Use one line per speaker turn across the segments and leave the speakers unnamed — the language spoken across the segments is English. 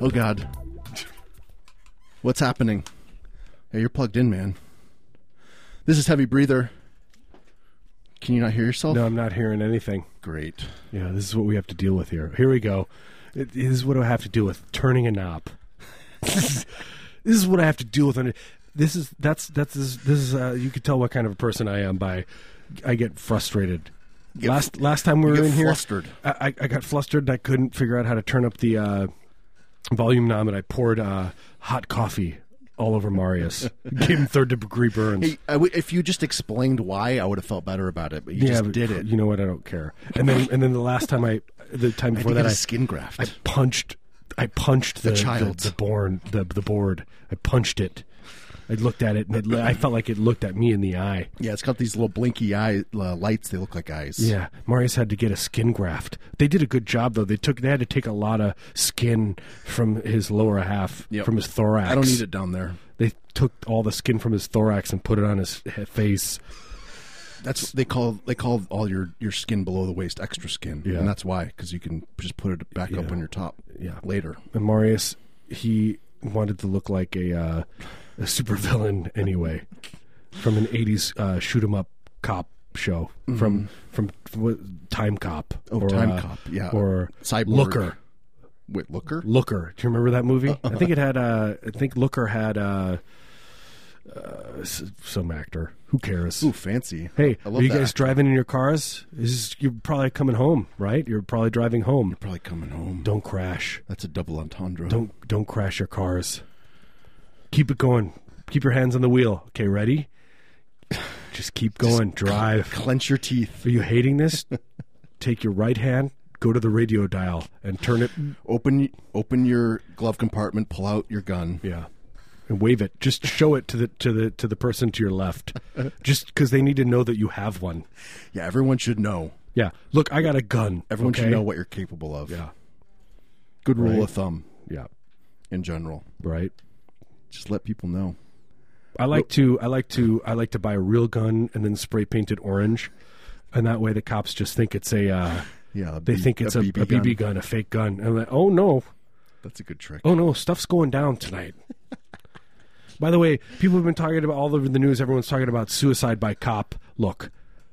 Oh, God. What's happening? Hey, you're plugged in, man. This is Heavy Breather. Can you not hear yourself?
No, I'm not hearing anything.
Oh. Great.
Yeah, this is what we have to deal with here. Here we go. It, this is what I have to deal with turning a knob. this is what I have to deal with. under- This is that's that's this, this is uh, you could tell what kind of a person I am by I get frustrated.
Get
last last time we
you
were
get
in here,
flustered.
I, I, I got flustered and I couldn't figure out how to turn up the uh, volume knob, and I poured uh, hot coffee all over Marius. Gave him third degree burns.
Hey, I w- if you just explained why, I would have felt better about it, but you just
but
did it.
You know what? I don't care. And then and then the last time I, the time
I
before
think
that,
it's
I
a skin graft.
I punched, I punched the,
child.
the, the born, the the board. I punched it. I looked at it, and it, li- I felt like it looked at me in the eye.
yeah, it's got these little blinky eye uh, lights. They look like eyes.
Yeah, Marius had to get a skin graft. They did a good job though. They took they had to take a lot of skin from his lower half,
Yep.
from his thorax.
I don't need it down there.
They took all the skin from his thorax and put it on his he- face.
That's what they call they call all your, your skin below the waist extra skin,
Yeah.
and that's why because you can just put it back up
Yeah.
on your top
Yeah.
later.
And Marius, he wanted to look like a uh, a supervillain anyway, from an '80s uh, shoot 'em up cop show from from, from what- Time Cop
Mm-hmm.
uh,
Oh, Time Cop, yeah.
or
Cyborg.
Looker.
Wait, looker.
Looker. Do you remember that movie? I think it had. Uh, I think Looker had uh, uh, s- some actor. Who cares?
Ooh, fancy.
Hey,
I
are
love
you
that.
guys driving in your cars? This is, you're probably coming home, right? You're probably driving home.
Probably coming home.
Don't crash.
That's a double entendre.
Don't don't crash your cars. Keep it going. Keep your hands on the wheel. Okay, ready? Just keep going. Drive.
clench your teeth.
Are you hating this? Take your right hand, go to the radio dial, and turn it.
Open open your glove compartment. Pull out your gun.
Yeah, and wave it. Just show it to the to the to the person to your left, just because they need to know that you have one.
Yeah, everyone should know.
Yeah. Look, I got a gun.
Everyone
okay?
should know what you're capable of.
Yeah.
Good rule
Right.
of thumb
Yeah.
in general.
Right.
Just let people know.
I like to I like to I like to buy a real gun and then spray paint it orange, and that way the cops just think it's a uh,
Yeah, a
they
B-
think it's a, a, BB, gun. a fake gun, and like oh no,
That's a good trick.
oh no, stuff's going down tonight. by the way, people have been talking about all over the news. Everyone's talking about suicide by cop. Look,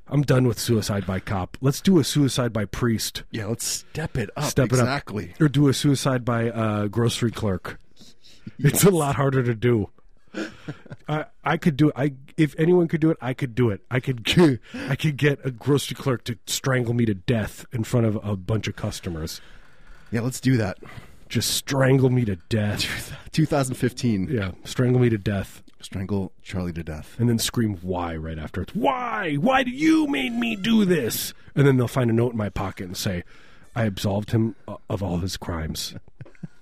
I'm done with suicide by cop. Let's do a suicide by priest.
Yeah, let's step it up.
Step it up.
exactly.
or do a suicide by uh, grocery clerk. It's a lot harder to do. I I could do it. I if anyone could do it, I could do it. I could g- I could get a grocery clerk to strangle me to death in front of a bunch of customers.
Yeah, let's do that.
Just strangle me to death.
2015.
Yeah, strangle me to death,
Strangle Charlie to death.
and then scream "Why!" right after it's "Why? Why do you made me do this?" And then they'll find a note in my pocket and say, "I absolved him uh, of all his crimes."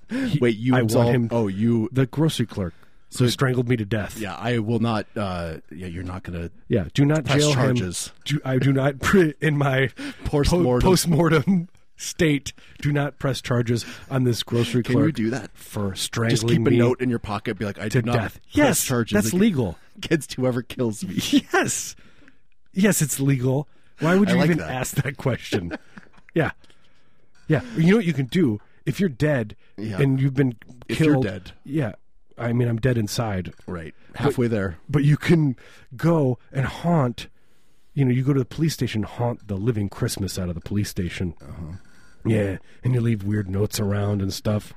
He-
Wait, you
I
absolve-
want him.
Oh, you.
the grocery clerk
So-
who strangled me to death.
Yeah, I will not. Uh, yeah, you're not gonna.
yeah. Do not
Press
jail
charges.
him. Do, I do not pre- in my
Postmortem.
po- postmortem state. Do not press charges on this grocery
Can
clerk
you do that?
for strangling
Just keep a
me
note in your pocket. Be like, I
to
did not
death.
press
Yes,
charges
that's
against-
legal.
against whoever kills me.
Yes, yes, it's legal. Why would
I
you
like
even
that.
ask that question? yeah, yeah. You know what you can do if you're dead
Yeah.
and you've been killed.
If you're dead.
yeah. I mean, I'm dead inside.
Right, halfway there.
but you can go and haunt you know you go to the police station haunt the living christmas out of the police station
Uh-huh.
yeah and you leave weird notes around and stuff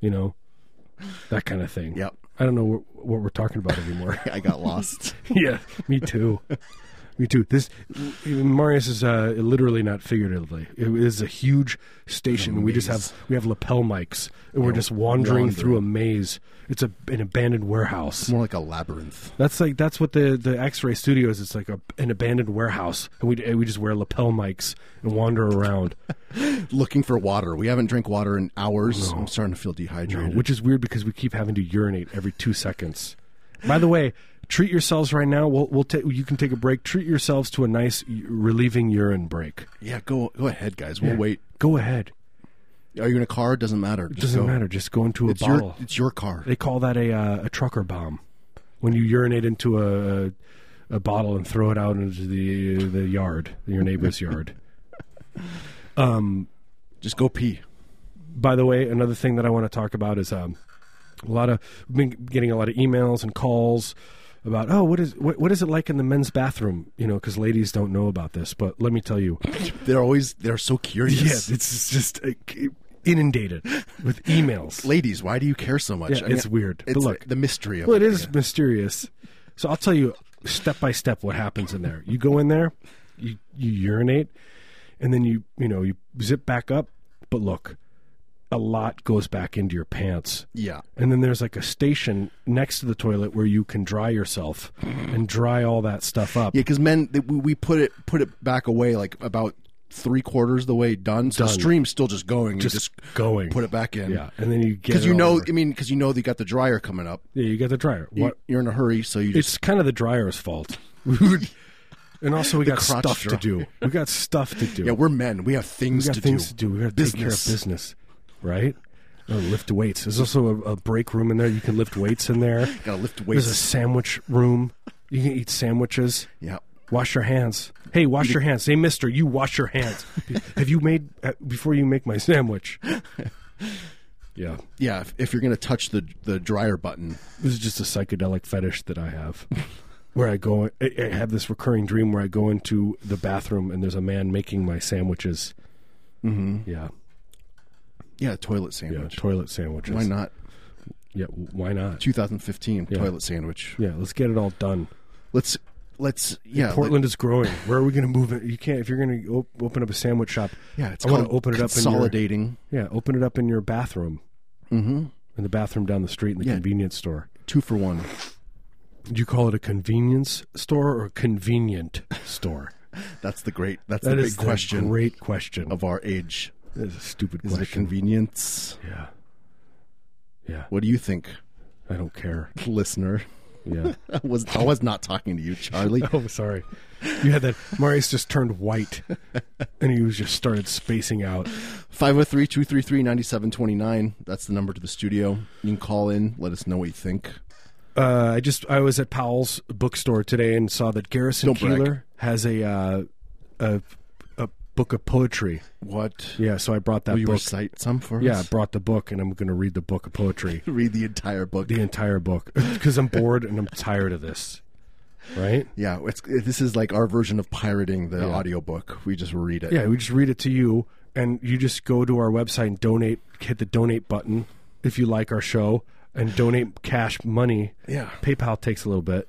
you know that kind of thing
Yep.
i don't know what, what we're talking about anymore
I got lost.
yeah me too me too this marius is uh, literally not figuratively it is a huge station we just have we have lapel mics and we're just wandering,
wandering.
through a maze it's a, an abandoned warehouse
More like a labyrinth.
that's like that's what the the X-ray studios. It's like a, an abandoned warehouse, and we and we just wear lapel mics and wander around,
Looking for water. We haven't drank water in hours. I'm starting to feel dehydrated.
which is weird because we keep having to urinate every two seconds. By the way, treat yourselves right now. We'll we'll ta- you can take a break. Treat yourselves to a nice y- relieving urine break.
yeah, go go ahead, guys. We'll wait.
Go ahead.
Are you in a car? Doesn't matter. Just
Doesn't
go.
matter. Just go into a
It's
bottle.
your it's your car.
They call that a uh, a trucker bomb when you urinate into a a bottle and throw it out into the the yard, your neighbor's yard.
Just go pee.
by the way, another thing that I want to talk about is um, a lot of I've been getting a lot of emails and calls about oh what is what, what is it like in the men's bathroom you know because ladies don't know about this but let me tell you
They're always they're so curious.
yes it's just uh, inundated with emails
Ladies, why do you care so much?
Yeah, it's weird, but
It's
look.
the mystery of
Well,
it.
it is mysterious. So I'll tell you step by step what happens in there. You go in there, you you urinate, and then you you know you zip back up. But look, a lot goes back into your pants.
Yeah.
And then there's like a station next to the toilet where you can dry yourself and dry all that stuff up.
Yeah, because men th- we, we put it put it back away like about three quarters the way done. So the
Done.
stream's still just going.
just,
you just
going.
put it back in.
yeah, and then you get
because
it
you
all
know.
over.
I mean, because you know they got the dryer coming up.
yeah, you got the dryer.
You-
What
You're in a hurry, so you just
it's kind of the dryer's fault. We would- and also we got
crotch
stuff to
dryer.
do. We got stuff to do.
yeah. We're men. We have things
we got
to
things
do.
to do. We got to take care of business, right? Uh, lift weights. There's also a, a break room in there. You can lift weights in there.
Gotta lift
There's a
weights.
sandwich room. You can eat sandwiches.
Yeah.
Wash your hands. Hey, wash your hands. Hey, Mister, you wash your hands. Have you made uh, before you make my sandwich? Yeah,
Yeah. If, if you're gonna touch the the dryer button,
this is just a psychedelic fetish that I have, where I go. I, I have this recurring dream where I go into the bathroom and there's a man making my sandwiches. Mm-hmm. Yeah,
yeah, toilet
yeah,
sandwich.
toilet sandwiches.
Why not?
Yeah, w- why not?
2015 toilet sandwich.
Yeah, let's get it all done.
Let's let's yeah. let-
Portland is growing. Where are we going to move it? You can't if you're going to op- open up a sandwich shop.
yeah, it's
I wanna
called
open it up in your-
consolidating.
Yeah, open it up in your bathroom,
Mm-hmm.
in the bathroom down the street in the
Yeah.
convenience store.
Two for one.
Do you call it a convenience store or a convenient store?
That's the great. That's
That
the
is
big question
The great question.
of our age.
that is a stupid
Is it a
question.
convenience?
yeah, yeah.
What do you think,
I don't care.
listener?
Yeah.
I was I was not talking to you, Charlie.
oh, sorry. You had that. Marius just turned white, and he was just started spacing out.
503-233-9729. That's the number to the studio. You can call in. Let us know what you think.
Uh, I just I was at Powell's bookstore today and saw that Garrison
Don't brag.
Keeler has a uh, a a book of poetry.
What
Yeah, so I brought that
will Oh, you
book.
recite some for
Yeah, I
us?
brought the book and I'm going to read the book of poetry,
Read the entire book.
the entire book, because I'm bored and I'm tired of this. Right?
yeah, it's, this is like our version of pirating the
Yeah.
audiobook. We just read it.
Yeah, we just read it to you, and you just go to our website and donate. Hit the donate button if you like our show, and donate cash money.
Yeah.
PayPal takes a little bit,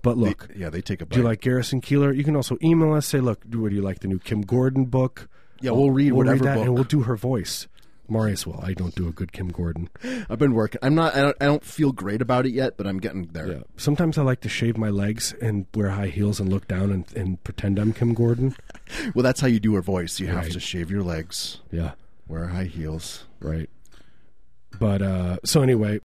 but look,
Yeah, they take a bite.
Do you like Garrison Keeler? You can also email us. Say, look, do, what do you like the new Kim Gordon book?
Yeah, we'll read whatever
that,
book.
and we'll do her voice. Marius will. I don't do a good Kim Gordon.
I've been working. I'm not I don't, I don't feel great about it yet, but I'm getting there.
Yeah. Sometimes I like to shave my legs and wear high heels and look down and, and pretend I'm Kim Gordon.
Well, that's how you do her voice. You have
Right.
to shave your legs,
Yeah,
wear high heels.
right. But uh, so anyway,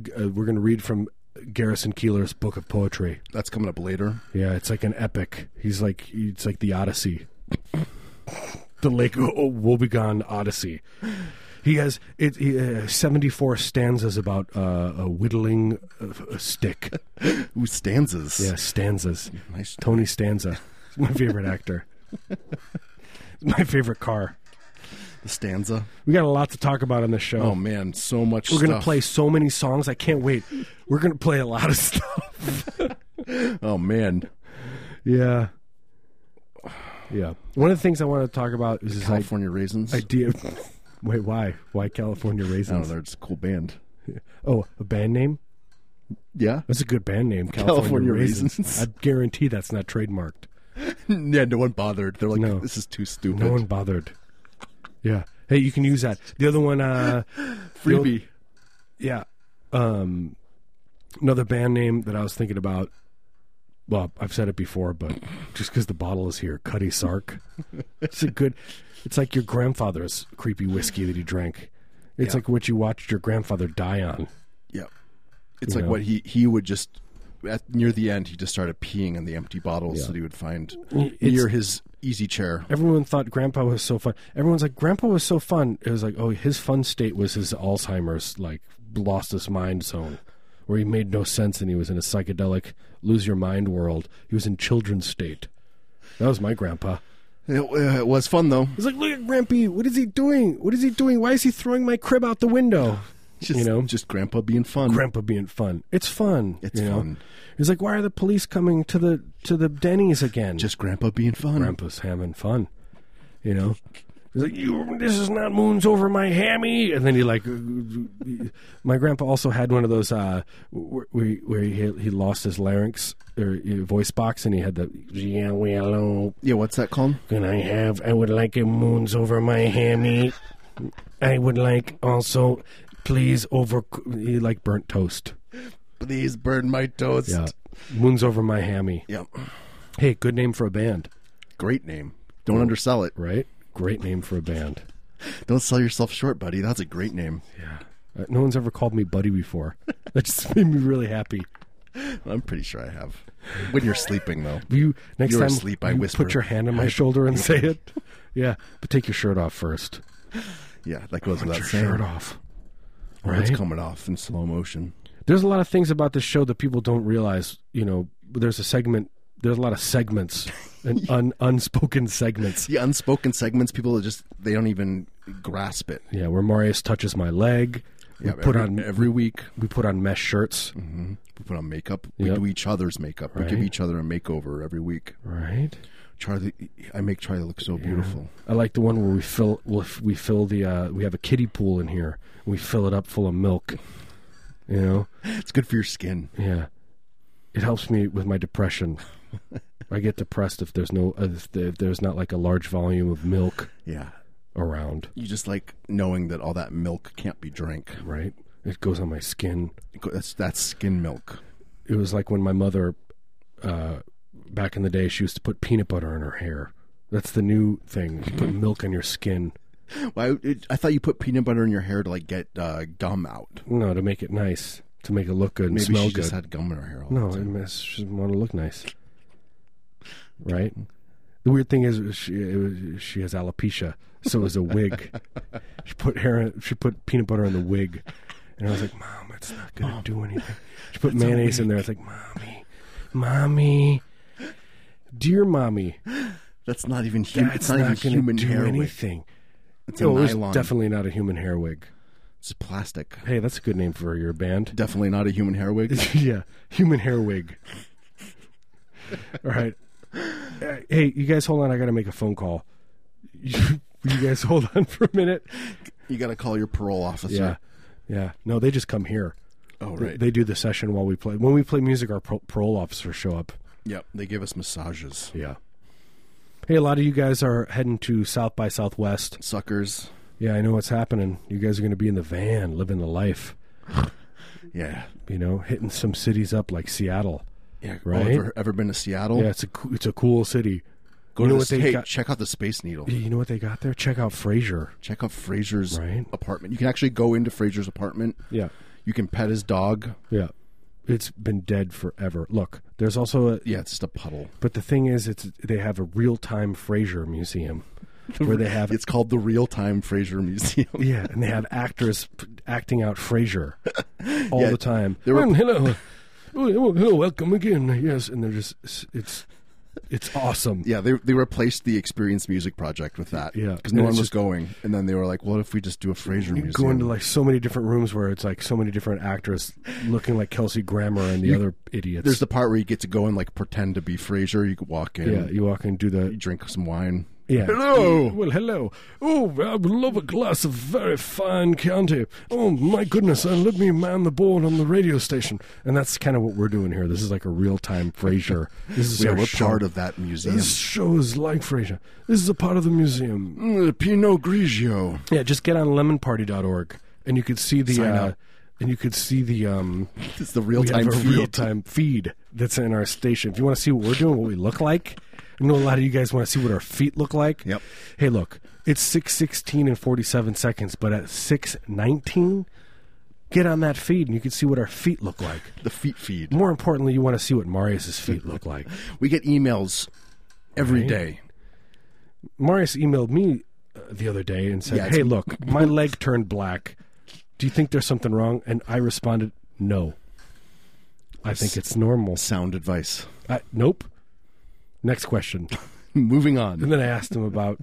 G- uh, we're going to read from Garrison Keeler's book of poetry.
That's coming up later.
Yeah, it's like an epic. He's like it's like the Odyssey, the Lake O- O- Wobegon Odyssey. He has it, he, uh, seventy four stanzas about uh, a whittling of a stick.
Ooh, stanzas.
Yeah, stanzas.
Nice.
Tony Stanza, He's my favorite actor. my favorite car.
The stanza.
We got a lot to talk about on this show.
Oh man, so much.
We're gonna
stuff.
play so many songs. I can't wait. We're gonna play a lot of stuff.
Oh man,
Yeah. Yeah. One of the things I want to talk about is this idea-
California raisins. I,
idea. Wait, why? Why California
don't know.
Raisins?
They're just a cool band.
Oh, a band name?
Yeah.
That's a good band name, California,
California
Raisins.
Raisins.
I guarantee that's not trademarked.
yeah. No one bothered. They're like,
No.
this is too stupid.
No one bothered. Yeah. Hey, you can use that. The other one, uh, the old-
Freebie.
yeah. Um, another band name that I was thinking about. Well, I've said it before, but just because the bottle is here, Cuddy Sark. It's a good. It's like your grandfather's creepy whiskey that he drank. It's
Yeah.
like what you watched your grandfather die on.
Yeah. It's
You
like
know.
what he he would just at near the end he just started peeing in the empty bottles that he would find near his easy chair.
everyone thought grandpa was so fun everyone's like grandpa was so fun it was like oh his fun state was his alzheimer's like lost his mind zone where he made no sense and he was in a psychedelic lose your mind world. He was in children's state. That was my grandpa.
It, uh, it was fun though.
He's like, look at Grampy. What is he doing? What is he doing? Why is he throwing my crib out the window?
Just,
you know,
just grandpa being fun.
grandpa being fun. It's fun.
It's
you know?
fun.
He's like, why are the police coming to the to the Denny's again?
just grandpa being fun.
grandpa's having fun, you know. He's like, you, this is not moons over my hammy, and then he like, my grandpa also had one of those uh, where, where he he lost his larynx or uh, voice box, and he had the yeah well,
Yeah, what's that called?
can I have? I would like a moons over my hammy. I would like also, please over. He like burnt toast.
Please burn my toast.
Yeah, moons over my hammy.
Yep.
Hey, good name for a band,
Great name. Don't undersell it.
right? Great name for a band.
Don't sell yourself short, buddy. That's a great name.
Yeah. Uh, no one's ever called me buddy before. That just made me really happy.
I'm pretty sure I have. When you're sleeping though.
Will You next
You're
time
asleep, I
you
whisper.
put your hand on my shoulder and say it. Yeah, but take your shirt off first.
Yeah, that goes
Put
without
your
saying.
shirt off.
Or It's
Right?
coming off in slow motion.
There's a lot of things about this show that people don't realize. You know, there's a segment. There's a lot of segments and un, unspoken segments.
The unspoken segments, people are just they don't even grasp it.
Yeah, where Marius touches my leg.
Yeah,
we put
every-
on
every week. Mm-hmm.
we put on mesh shirts.
We put on makeup. We
Yep.
do each other's makeup. We give
Right.
each other a makeover every week.
Right.
Charlie, I make Charlie look so beautiful.
I like the one where we fill we'll f- we fill the uh, we have a kiddie pool in here. We fill it up full of milk. You know,
It's good for your skin.
yeah. It helps me with my depression. I get depressed if there's no if, if there's not like a large volume of milk
Yeah,
around.
you just like knowing that all that milk can't be drank.
Right? It goes on my skin.
It go- That's that's skin milk.
It was like when my mother, uh, back in the day, she used to put peanut butter in her hair. That's the new thing. You
Mm-hmm.
put milk on your skin.
Why? It, I thought you put peanut butter in your hair to like get uh, gum out.
No, to make it nice, to make it look good and
Maybe
smell
she
good.
just had gum in her hair. All
No,
the
I
time.
mean, she doesn't want to look nice, right? The weird thing is, uh, she it was, she has alopecia, so it was a wig. she put hair. in- She put peanut butter in the wig, and I was like, "Mom, it's not gonna
Oh.
do anything." She put mayonnaise in there. I was like, "Mommy, mommy, dear mommy,
that's not even human. It's
that's
not,
not,
even
gonna
human
do
hair. wig.
anything."
It's a
No, it was
nylon.
definitely not a human hair wig.
it's plastic.
Hey, that's a good name for your band.
Definitely not a human hair wig.
yeah, human hair wig. All right. Uh, Hey, you guys, hold on. I got to make a phone call. You, you guys, hold on for a minute.
You got to call your parole officer.
Yeah, yeah. No, they just come here.
Oh
They-
right.
They do the session while we play. When we play music, our pro- parole officers show up.
yep. They give us massages.
Yeah. Hey, a lot of you guys are heading to South by Southwest.
Suckers.
Yeah, I know what's happening. You guys are going to be in the van, living the life.
Yeah.
You know, hitting some cities up like Seattle.
Yeah.
Right?
Oh, ever, ever been to Seattle?
Yeah, it's a coo- it's a cool city.
Go
You
to
know
the-
what they
hey,
got-
check out the Space Needle.
You know what they got there? Check out Frasier.
Check out Fraser's
Right.
apartment. You can actually go into Fraser's apartment.
Yeah,
You can pet his dog.
yeah. It's been dead forever. Look, there's also a.
Yeah, it's just a puddle.
But the thing is, it's they have a real time Frasier museum where they have
It's called the Real Time Fraser Museum.
yeah, and they have actors p- acting out Frasier all
Yeah,
the time.
there were-
And hello, oh, oh, hello, welcome again. Yes, and they're just it's it's awesome.
Yeah, they they replaced the Experience Music Project with that.
Yeah.
because no
And
one
it's
was
just-
going, and then they were like, "What if we just do a Fraser
You
Museum?"
go into like so many different rooms where it's like so many different actors looking like Kelsey Grammer and the other idiots.
There's the part where you get to go and like pretend to be Fraser. You could walk in,
yeah, you walk in, do the
you drink some wine.
Yeah.
Hello.
Well, hello. Oh, I would love a glass of very fine Chianti. Oh, my goodness. And let me man the board on the radio station. And that's kind of what we're doing here. This is like a real time Frasier. This is
Yeah,
our
we're
show.
part of that museum.
This show is like Frasier. This is a part of the museum.
Mm, Pinot Grigio.
Yeah, just get on lemonparty.org and you could see the.
Sign
Uh,
up.
and you could see the um,
It's the
we
real
have
time
a real time feed that's in our station. If you want to see what we're doing, what we look like, I know a lot of you guys want to see what our feet look like.
Yep.
Hey, look, it's six sixteen and forty seven seconds, but at six nineteen, get on that feed and you can see what our feet look like.
The feet feed.
More importantly, you want to see what Marius's feet look like.
We get emails every
Right.
day.
Marius emailed me uh, the other day and said,
Yeah, it's-
"Hey, look, my leg turned black. Do you think there's something wrong?" And I responded, "No." I think it's normal.
Sound advice.
I, nope. Next question.
Moving
And
on.
then I asked him about,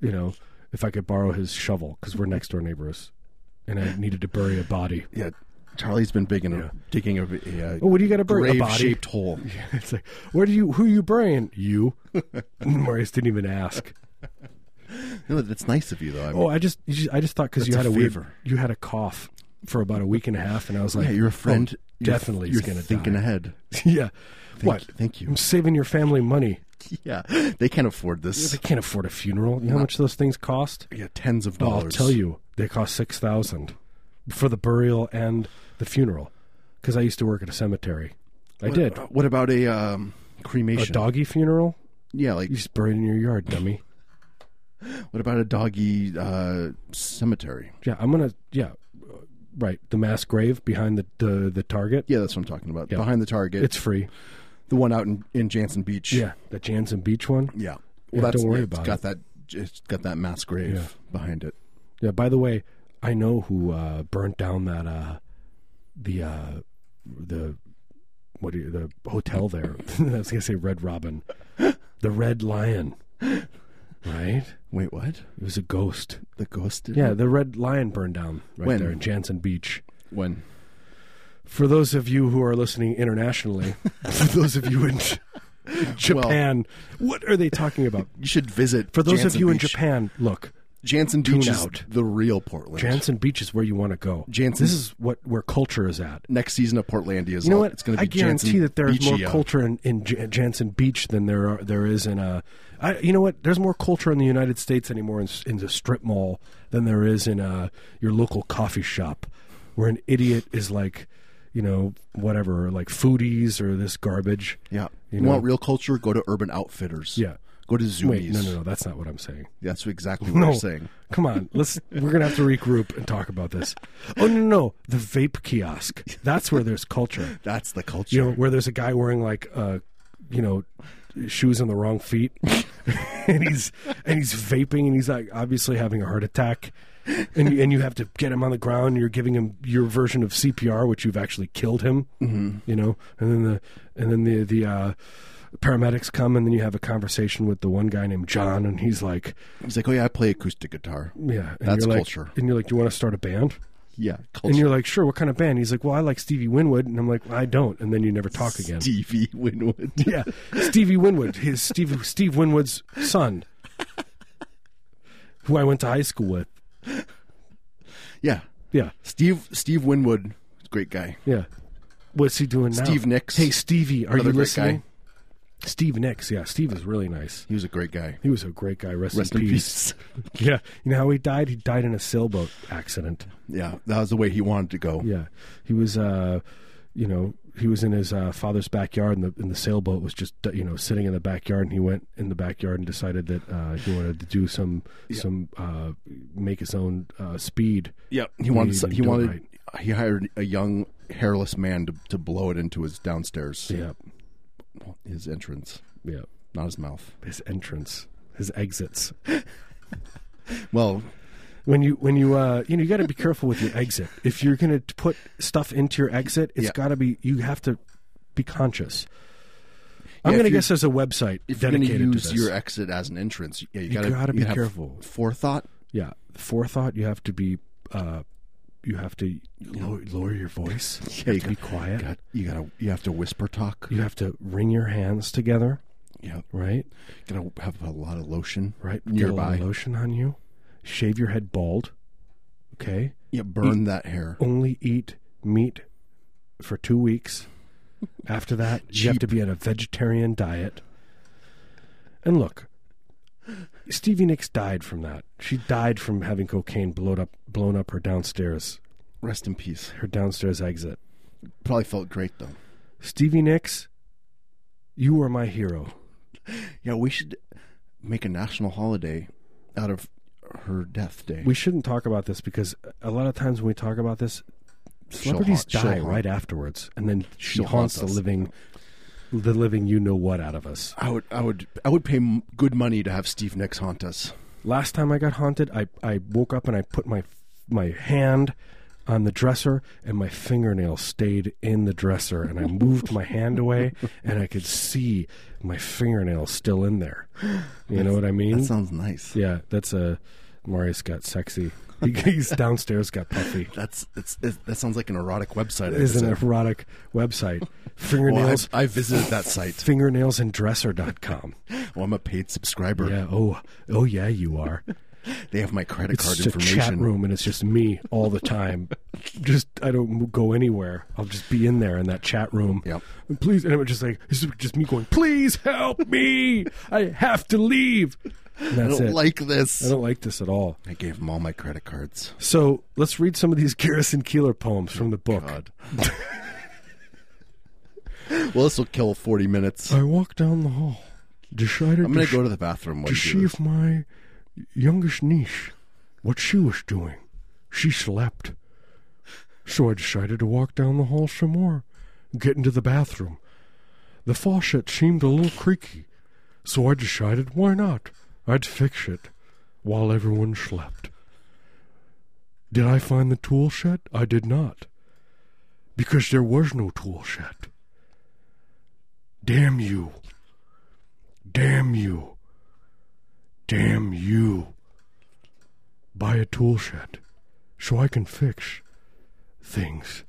you know, if I could borrow his shovel because we're next door neighbors, and I needed to bury a body.
Yeah, Charlie's been big in digging a, a,
Oh, what do you got to bury? A
grave
body.
shaped hole.
It's like, where do you? Who are you burying? You. Marius didn't even ask.
No, that's nice of you though. I mean,
Oh, I just, you just- I just thought because you
That's
had
a
a, weird,
favor.
you had a cough for about a week and a half, and I was like,
yeah, you're a friend.
oh,
You're-
definitely,
you're
is going to
thinking
die.
ahead.
yeah. what?
Thank you.
I'm saving your family money.
Yeah, they can't afford this.
They can't afford a funeral. You know how much those things cost?
Yeah, tens of
Oh,
dollars.
I'll tell you, they cost six thousand for the burial and the funeral. Because I used to work at a cemetery. I
What- Oh,
did
What about a um,
a
cremation?
doggy funeral.
Yeah, like
You just bury it in your yard, dummy.
what about a doggy uh, cemetery?
Yeah, I'm gonna. Yeah, uh, right. The mass grave behind the the, the target.
Yeah, that's what I'm talking about. Behind the Target,
It's free.
the one out in, in Jansen Beach.
Yeah, the Jansen Beach one.
yeah.
Yeah,
Well, that's
don't worry
it's
about
got that. It's got that mass grave behind it.
Yeah. By the way, I know who uh, burnt down that uh, the uh, the what do you, the hotel there. I was gonna say Red Robin, the Red Lion. Right?
Wait, what?
It was a ghost.
The ghost? Did
Yeah, the Red Lion burned down right
When?
there in Jansen Beach.
When?
For those of you who are listening internationally, for those of you in J- Japan, what are they talking about?
You should visit.
For those
Jansen
of you in
Beach.
Japan, look,
Jansen Beach is
out.
the real Portland.
Jansen Beach is where you want to go.
Jansen-
this is what where culture is at.
Next season of Portlandia is
You know
all-
what?
It's going to
I
be
guarantee
Jansen
that there is more
Beachia.
culture in, in J- Jansen Beach than there are, there is in a. I, you know what? There's more culture in the United States anymore in, s- in the strip mall than there is in uh your local coffee shop, where an idiot is like, you know, whatever, like foodies or this garbage.
Yeah. You,
You know?
want real culture? Go to Urban Outfitters.
Yeah.
Go to Zoomies.
Wait, no, no, no. That's not what I'm saying.
That's exactly what
No,
you're saying.
come on. Let's. We're gonna have to regroup and talk about this. Oh no, no, no. The vape kiosk. That's where there's culture.
That's the culture.
you know, where there's a guy wearing like uh you know shoes on the wrong feet and he's and he's vaping and he's like obviously having a heart attack and you, and you have to get him on the ground and you're giving him your version of CPR which you've actually killed him
Mm-hmm.
you know and then the and then the the uh paramedics come and then you have a conversation with the one guy named John and he's like
He's like, oh, yeah, I play acoustic guitar.
yeah and
That's
you're like,
culture.
and you're like do you want to start a band
Yeah.
and
Culture.
you're like sure what kind of band he's like well I like Stevie Winwood and I'm like I don't and then you never talk again
Stevie Winwood.
yeah, Stevie Winwood, his Steve Steve Winwood's son, who I went to high school with.
yeah.
Yeah,
Steve Steve Winwood, great guy.
yeah. What's he doing now?
Steve Nicks.
Hey, Stevie, are
Another
you
great
listening?
guy.
Steve Nicks. Yeah, Steve is really nice.
He was a great guy.
He was a great guy. Rest,
Rest
in,
in
peace.
peace.
Yeah, you know how he died? He died in a sailboat accident.
Yeah, that was the way he wanted to go.
Yeah, he was, uh, you know, he was in his uh, father's backyard, and the and the sailboat was just, uh, you know, sitting in the backyard. And he went in the backyard and decided that uh, he wanted to do some some uh, make his own uh, speed.
Yeah, he
He
wanted. He,
didn't do it
wanted. He hired a young hairless man to, to blow it into his downstairs,
Yeah,
his entrance,
yeah.
not his mouth.
His entrance, his exits.
Well,
When you when you uh, you know you got to be careful with your exit. If you're gonna t- put stuff into your exit, it's
Yeah.
got to be you have to be conscious. I'm
Yeah, if
gonna
you're-
guess there's a website
if you're going to
dedicated
use
to this.
your exit as an entrance, yeah, you gotta,
gotta be
you have
careful.
Forethought.
yeah forethought you have to be uh you have to lower, lower your voice
Yeah,
you have to be quiet
God, you gotta. You have to whisper talk.
you have to wring your hands together
Yeah,
right
gotta have a lot of lotion.
right Get a little
nearby.
lotion on you shave your head bald okay
Yeah, burn that hair.
only eat meat for two weeks after that you have
Cheap.
to be on a vegetarian diet and look Stevie Nicks died from that. She died from having cocaine blown up, blown up her downstairs,
Rest in peace.
her downstairs exit.
Probably felt great though.
Stevie Nicks, you are my hero.
Yeah, we should make a national holiday out of her death day.
We shouldn't talk about this because a lot of times when we talk about this,
She'll
celebrities
haunt- she'll
die
haunt-
right afterwards, and then she
She'll
haunts
haunt
the
us.
living, the living you know what out of us.
I would, I would, I would pay m- good money to have Steve Nicks haunt us.
Last time I got haunted, I I woke up and I put my my hand on the dresser, and my fingernail stayed in the dresser. And I moved my hand away, and I could see my fingernail still in there. You know what I mean?
That sounds nice.
Mm-hmm. yeah, that's a Marius got sexy. He, he's downstairs got puffy.
That's it's, it, that sounds like an erotic website. I
Is an
visit.
erotic website.
Well,
Fingernails.
I, I visited that site.
fingernailsanddresser.com.
Well, I'm a paid subscriber.
Yeah. Oh. Oh yeah, you are.
They have my credit
It's
card
just a
information.
chat room, and it's just me all the time. just I don't mo- go anywhere. I'll just be in there in that chat room.
Yep.
And please, and I'm just like it's just me going. Please help me! I have to leave. And
I
that's
don't
it.
like
I
this. I,
don't like this at all.
gave them all my credit cards.
So let's read some of these Garrison Keeler poems from the book.
God. well, this will kill 40 minutes.
I walked down the hall, decided
I'm
to
going to go to the bathroom. While
to
you
see
do
if my youngest niece what she was doing. She slept. So I decided to walk down the hall some more, get into the bathroom. The faucet seemed a little creaky, so I decided why not? I'd fix it while everyone slept. Did I find the tool set? I did not. Because there was no tool set. Damn you. Damn you. Damn you. Buy a tool shed so I can fix things.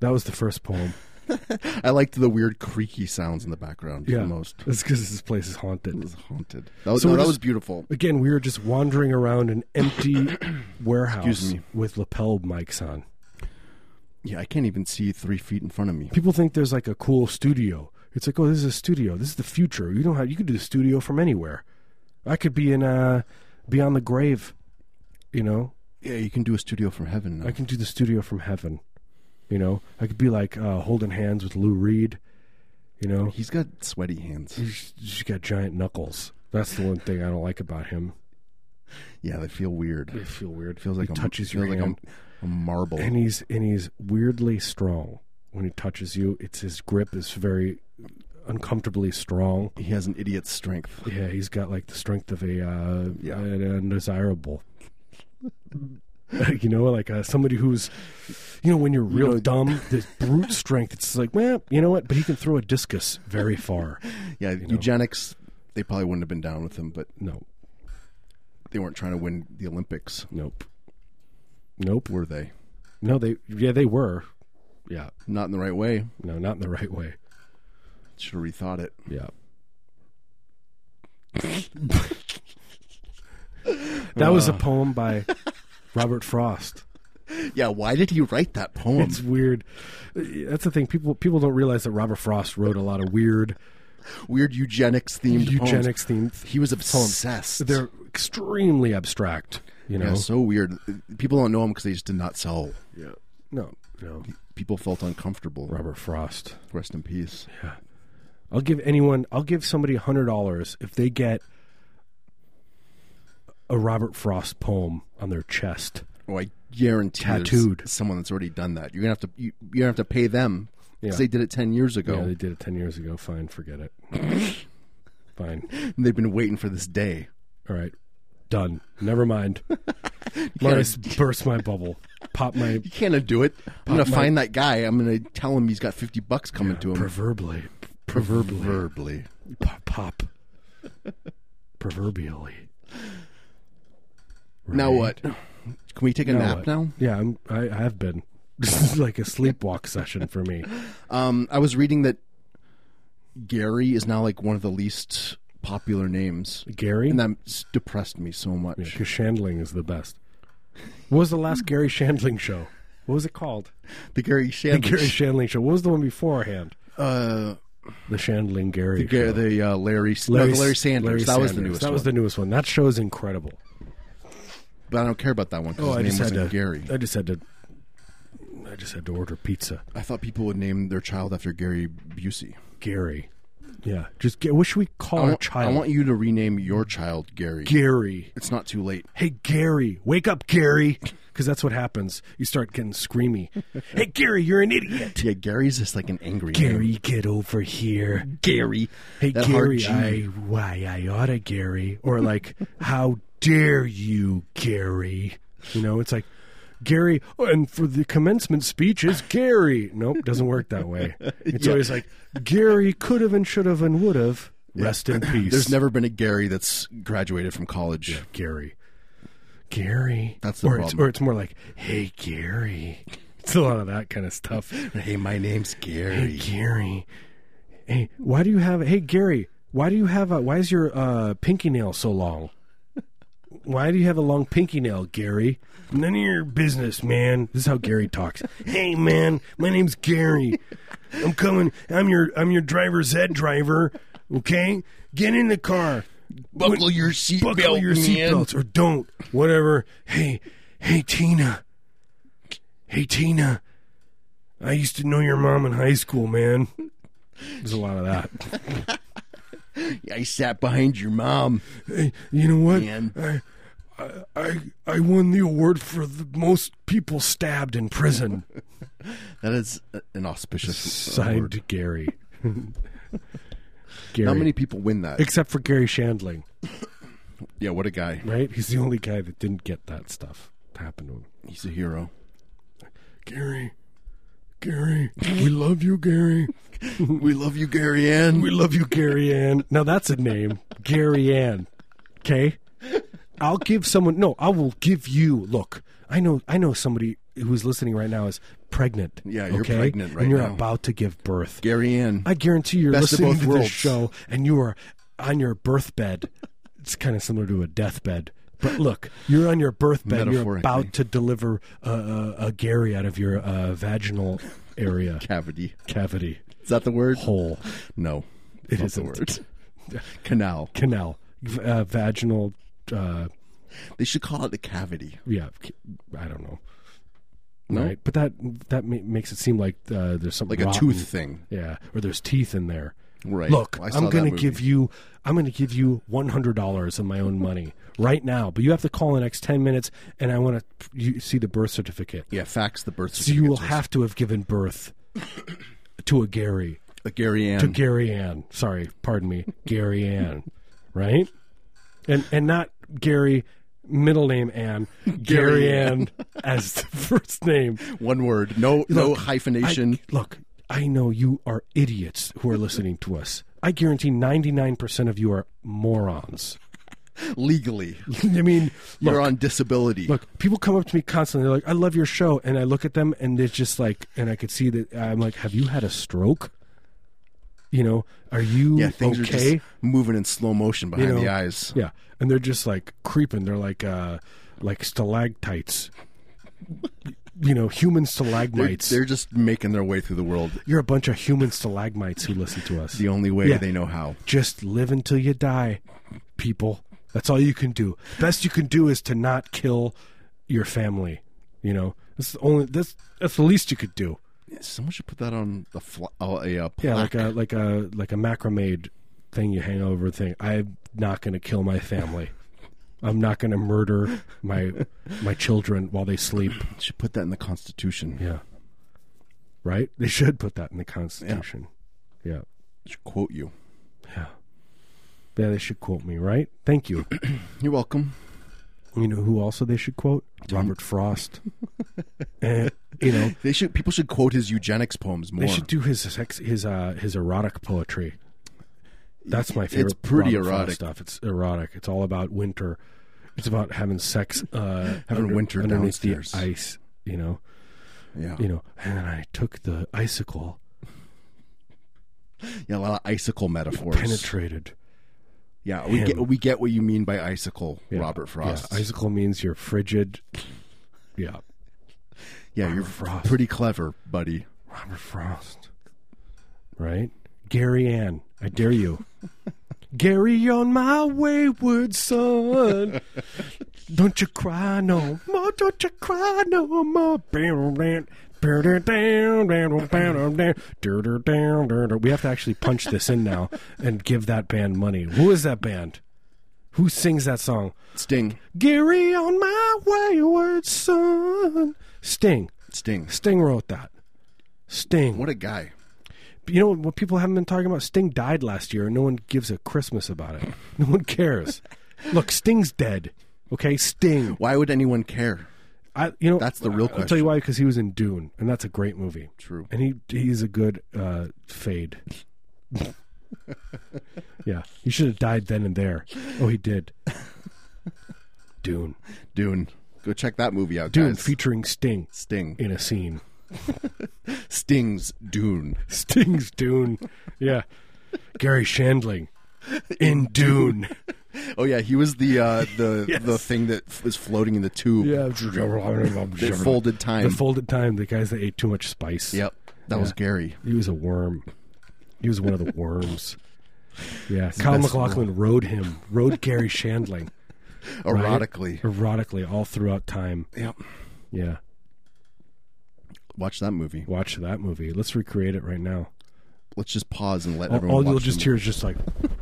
That was the first poem.
this. I liked the weird creaky sounds in the background the most.
That's because this place is
It
haunted.
was haunted. That was,
So
no,
we're
that
just-
was beautiful.
Again, we were just wandering around an empty warehouse
Excuse me.
with lapel mics on.
Yeah, I can't even see three feet in front of me.
People think there's like a cool studio. It's like, oh, this is a studio. This is the future. You know how you could do the studio from anywhere. I could be in uh, Beyond the Grave. You know,
Yeah, you can do a studio from heaven now.
I can do the studio from heaven. You know, I could be like uh, holding hands with Lou Reed. You know,
He's got sweaty hands.
he's, he's got giant knuckles. That's the one thing I don't like about him.
Yeah, they feel weird.
They feel weird.
It feels like
he
a,
touches
feels
your
like
hand,
a, a marble.
and he's and he's weirdly strong when he touches you. It's his grip is very uncomfortably strong.
He has an idiot's strength.
Yeah, he's got like the strength of a uh,
Yeah.
an undesirable. you know, like uh, somebody who's, you know, when you're real dumb, this brute strength. It's like, well, you know what? But he can throw a discus very far.
Yeah, eugenics. They probably wouldn't have been down with him, but
No,
they weren't trying to win the Olympics,
nope, nope.
were they?
No, they yeah they were, yeah.
Not in the right way.
No, not in the right way.
Should have rethought it.
Yeah. that was a poem by Robert Frost.
Yeah, why did he write that poem?
It's weird. That's the thing. People people don't realize that Robert Frost wrote a lot of weird
Weird eugenics themed
eugenics themed.
He was obsessed.
They're extremely abstract. You know.
yeah, so weird. People don't know him because they just did not sell.
Yeah. No. No.
People felt uncomfortable.
Robert Frost.
Rest in peace.
I'll give anyone. I'll give somebody hundred dollars if they get a Robert Frost poem on their chest.
Oh, I guarantee there's
Tattooed.
someone that's already done that. You're gonna have to. You, you're gonna have to pay them because
Yeah.
they did it ten years ago.
Yeah, they did it 10 years ago. Fine, forget it. Fine.
And they've been waiting for this day.
All right. Done. Never mind. Marius burst my bubble. Pop my
You can't undo it. I'm going to find that guy. I'm going to tell him he's got 50 bucks coming to him.
proverbially. Proverbially.
Verbally.
Pop. pop. Proverbially.
Now what?
Right.
Can we take a
Now
nap
what?
now?
Yeah, I'm, I, I have been. This is like a sleepwalk session for me.
Um, I was reading that Gary is now like one of the least popular names.
Gary?
And that s- depressed me so much.
Because Shandling is the best. What was the last Gary Shandling show? What was it called?
The Gary Shandling.
Gary Shandling show. What was the one beforehand?
uh,
The Shandling Gary.
the, Gar-
show.
the uh, Larry, S- no, the Larry Sanders.
Larry
that was the
Sanders.
newest
That was
one.
the newest one. That show is incredible.
But I don't care about that one because
Oh,
his
I
name
just had
wasn't
to.
Gary.
I just had to. I just had to order pizza.
I thought people would name their child after Gary Busey.
Gary. Yeah. Just get, what should we call
I
our
want,
child?
I want you to rename your child Gary.
Gary.
it's not too late.
Hey Gary, wake up Gary, because that's what happens. You start getting screamy. hey Gary, you're an idiot.
Yeah, Gary's just like an angry name.
Gary, get over here.
Gary.
Hey
That hard
Gary,
G.
I why I oughta Gary, or like, how dare you, Gary? You know, it's like, Gary, oh, and for the commencement speech is Gary. Nope, doesn't work that way. It's
Yeah.
always like Gary could have and should have and would have. Rest in peace.
There's never been a Gary that's graduated from college.
Gary. Gary.
That's the
or It's,
problem.
or it's more like, hey, Gary. It's a lot of that kind of stuff.
Hey, my name's Gary.
Gary. Hey, why do you have? Hey, Gary. Why do you have? A, why is your uh, pinky nail so long? Why do you have a long pinky nail, Gary? None of your business, man. This is how Gary talks. hey, man. My name's Gary. I'm coming. I'm your. I'm your driver's ed driver. Okay, get in the car.
Buckle your seatbelt.
Buckle your seatbelts or don't. Whatever. Hey, hey, Tina. Hey, Tina. I used to know your mom in high school, man. There's a lot of that.
I sat behind your mom.
Hey, you know what?
Man.
I, I, I, I won the award for the most people stabbed in prison.
That is uh, an auspicious.
Signed Gary. Gary.
How many people win that?
Except for Gary Shandling,
Yeah, what a guy.
right? He's the only guy that didn't get that stuff to happen to him.
He's a hero.
Gary, Gary, we love you, Gary.
we love you, Gary Ann.
We love you, Gary Ann. Now that's a name, Gary Ann. Okay, I'll give someone. No, I will give you. Look, I know, I know somebody who's listening right now is pregnant.
Yeah, you're
okay?
pregnant right
and you're
now.
about to give birth.
Gary Ann.
I guarantee you're
Best of
listening
both
to
worlds.
this show, and you are on your birthbed. It's kind of similar to a deathbed. But look, you're on your birthbed. You're
Metaphorically.
about to deliver a, a, a Gary out of your uh, vaginal area
Cavity.
cavity
Is that the word?
hole.
No.
It
That's the
isn't.
word. Canal.
canal, v- uh, vaginal. Uh,
They should call it the cavity.
yeah, c- I don't know.
No?
Right, but that that ma- makes it seem like uh, there's something
Like a
rotten.
tooth thing.
Yeah, or there's teeth in there.
Right.
Look,
Well, I saw
I'm
that
gonna
movie.
give you I'm gonna give you one hundred dollars of my own money right now, but you have to call in the next ten minutes, and I want to you see the birth certificate.
Yeah, fax the birth
So you
certificate.
will have to have given birth to a Gary,
a Gary Ann.
to Gary Ann. Sorry, pardon me, Gary Ann, right? And and not Gary middle name Ann, Gary Ann as the first name.
One word. No no
Look,
hyphenation.
I, look, I know you are idiots who are listening to us. I guarantee ninety nine percent of you are morons.
Legally.
I mean, look,
You're on disability.
look, people come up to me constantly. They're like, "I love your show," and I look at them, and it's just like, and I could see that I'm like, "Have you had a stroke?" You know, are you
yeah, things
okay?
are just moving in slow motion behind
know,
the eyes.
Yeah, and they're just like creeping. They're like uh like stalactites. you know, human stalagmites.
They're just making their way through the world
You're a bunch of human stalagmites who listen to us.
the only way
Yeah.
they know how.
Just live until you die, people. That's all you can do. Best you can do is to not kill your family. You know, that's the only that's that's the least you could do.
Someone should put that on the fl- uh, a uh,
Yeah,
plaque.
like a like a like a macrame thing you hang over thing. I'm not going to kill my family. I'm not going to murder my my children while they sleep.
should put that in the Constitution.
Yeah. Right? They should put that in the Constitution. Yeah.
Should quote you.
Yeah. Yeah, they should quote me, right? Thank you.
You're welcome.
You know who also they should quote? Robert Frost. and, you know,
They should. People should quote his eugenics poems more.
they should do his sex, his uh his erotic poetry. That's my favorite.
pretty
Robert Frost
erotic.
stuff. It's erotic. It's all about winter. It's about having sex, uh, having
winter
underneath
downstairs.
the ice. You know,
yeah,
you know. And then I took the icicle,
yeah. A lot of icicle metaphors.
penetrated.
yeah, we
him.
get we get what you mean by icicle,
Yeah.
Robert Frost.
Yeah,
Yeah,
icicle means you're frigid. Yeah,
you're
Frost.
pretty clever, buddy.
Robert Frost. Right? Gary Ann, I dare you. Gary on my wayward son. don't you cry no more, don't you cry no more. We have to actually punch this in now and give that band money. Who is that band? Who sings that song?
Sting,
Gary on my wayward son. Sting.
Sting.
Sting wrote that. Sting.
What a guy.
You know what people haven't been talking about? Sting died last year, and no one gives a Christmas about it. No one cares. Look, Sting's dead. Okay, Sting.
Why would anyone care?
I you know
That's the real
I'll tell
question.
you why because he was in Dune, and that's a great movie.
True.
and he he's a good uh, fade. yeah, he should have died then and there. Oh, he did. Dune,
Dune. Go check that movie out,
Dune
guys.
featuring Sting
Sting.
in a scene.
Sting's Dune.
Sting's Dune. Yeah, Gary Shandling in Dune.
Oh yeah, he was the uh, the
Yes.
the thing that f- was floating in the tube.
Yeah,
That folded time.
The folded time. The guys that ate too much spice.
yep. That was Gary.
He was a worm. He was one of the worms. Yeah, Kyle
best
McLaughlin rode him, rode Gary Shandling right?
Erotically.
erotically all throughout time.
Yep.
Yeah,
Watch that movie.
watch that movie. Let's recreate it right now.
Let's just pause and let
All,
everyone.
all you'll
watch the
just hear is just like,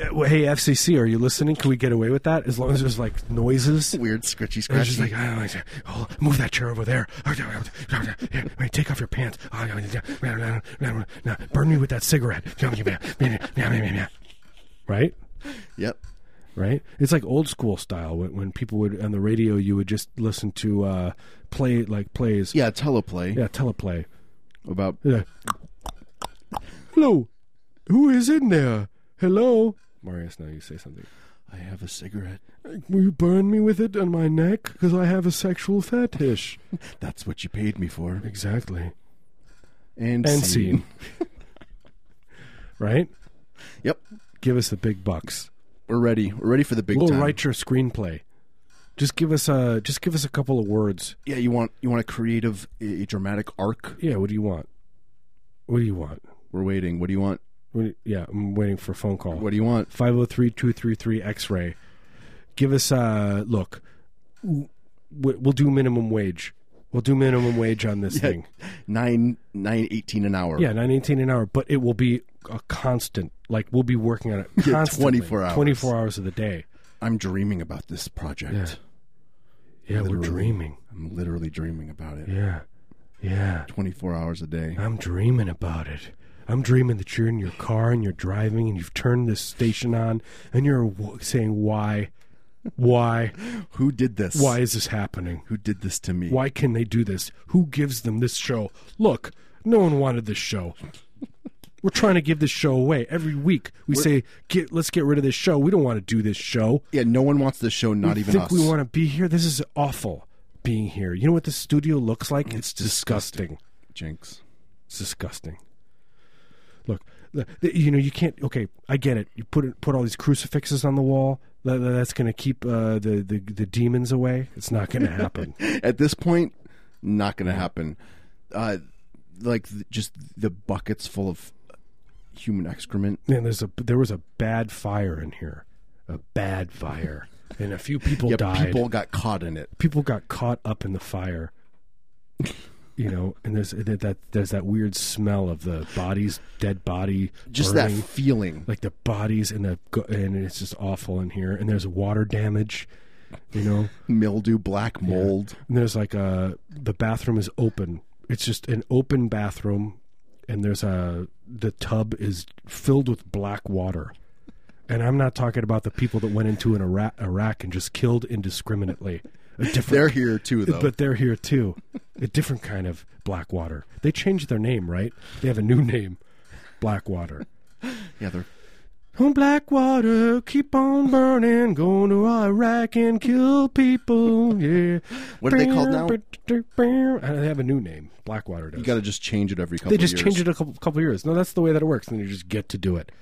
Uh, well, "Hey FCC, are you listening? Can we get away with that? As long as there's like noises."
movie. weird scratchy
And it's just
scratchy.
like, "Oh, my- oh, move that chair over there. Here, wait, take off your pants. Oh, no, no, no, no, no. Burn me with that cigarette. Right?
yep.
right? It's like old school style when, when people would on the radio you would just listen to uh, play like plays.
Yeah, teleplay
Yeah, teleplay.
about
Yeah. Hello, who is in there? Hello, Marius. Now you say something.
I have a cigarette.
Will you burn me with it on my neck because I have a sexual fetish?
That's what you paid me for.
Exactly.
And,
And scene. right?
Yep.
Give us the big bucks.
We're ready. We're ready for the big
We'll
time.
write your screenplay. Just give us a just give us a couple of words.
Yeah, you want you want a creative, a, a dramatic arc.
Yeah, what do you want? What do you want?
We're waiting. What do you want?
What do- yeah, I'm waiting for a phone call.
What do you want?
503-233 X-ray. Give us uh look. w- We'll do minimum wage. We'll do minimum wage on this thing.
Nine nine eighteen an hour.
Yeah, nine eighteen an hour, but it will be a constant. Like we'll be working on it constantly,
24 hours.
twenty four hours of the day.
I'm dreaming about this project.
Yeah. Yeah, we're
Literally.
dreaming.
I'm literally dreaming about it.
Yeah, yeah.
24 hours a day.
I'm dreaming about it. I'm dreaming that you're in your car and you're driving and you've turned this station on and you're w- saying why, why,
Who did this?
why is this happening?
Who did this to me?
Why can they do this? Who gives them this show? Look, no one wanted this show. We're trying to give this show away every week. We say, "Get, let's get rid of this show. We don't want to do this show.
Yeah, no one wants this show, not
we
even
think
us.
we want to be here. This is awful being here. You know what the studio looks like? It's, disgusting.
Jinx.
It's disgusting. Look, the, the, you know you can't. Okay, I get it. You put it- put all these crucifixes on the wall. Tha- tha- That's going to keep uh, the, the the demons away. It's not going to happen.
At this point, not going to happen. Uh, like, th- just the buckets full of human excrement.
and there's a there was a bad fire in here, a bad fire, and a few people
Yeah,
died.
people got caught in it.
people got caught up in the fire. You know, and there's that, that there's that weird smell of the body's dead body,
Just
burning,
that feeling.
like the bodies and the go- and it's just awful in here. And there's water damage, you know.
Mildew, black mold.
And there's like a the bathroom is open. It's just an open bathroom, and there's a the tub is filled with black water. And I'm not talking about the people that went into an Iraq, Iraq and just killed indiscriminately. A different
They're here too, though.
but they're here too. A different kind of Blackwater. They changed their name, right? They have a new name, Blackwater.
yeah, they're
On Blackwater, keep on burning, going to Iraq and kill people. Yeah.
What are they called now?
Uh, They have a new name. Blackwater does.
you got to just change it every couple.
they just
years.
change it a couple, couple years. No, that's the way that it works. And you just get to do it.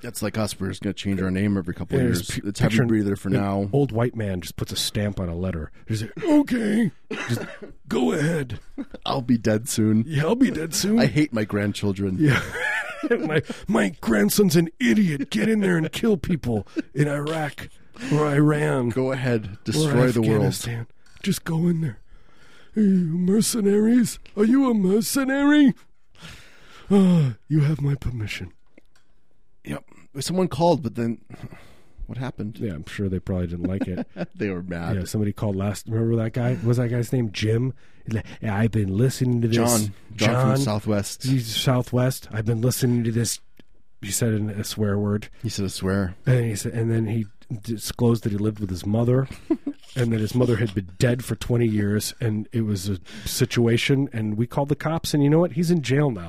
That's like us. We're just going to change our name every couple
Yeah,
of
just
years.
pi-
it's heavy
picture-
breather for now.
Old white man just puts a stamp on a letter. He's like, okay, just go ahead.
I'll be dead soon.
Yeah, I'll be dead soon.
I hate my grandchildren.
Yeah. my my grandson's an idiot. Get in there and kill people in Iraq or Iran
Go ahead,
or
destroy the world.
Afghanistan. Just go in there. Are you mercenaries? Are you a mercenary? Ah, you have my permission.
Yep. Someone called, but then what happened?
Yeah, I'm sure they probably didn't like it.
They were mad.
yeah, somebody called last. Remember that guy? What was that guy's name Jim? He's like, "Yeah, I've been listening to this.
John, John, from the
John,
Southwest.
he's Southwest. I've been listening to this. He said in a swear word.
He said, "I swear."
And he said, and then he disclosed that he lived with his mother, and that his mother had been dead for 20 years and it was a situation and we called the cops and you know what he's in jail now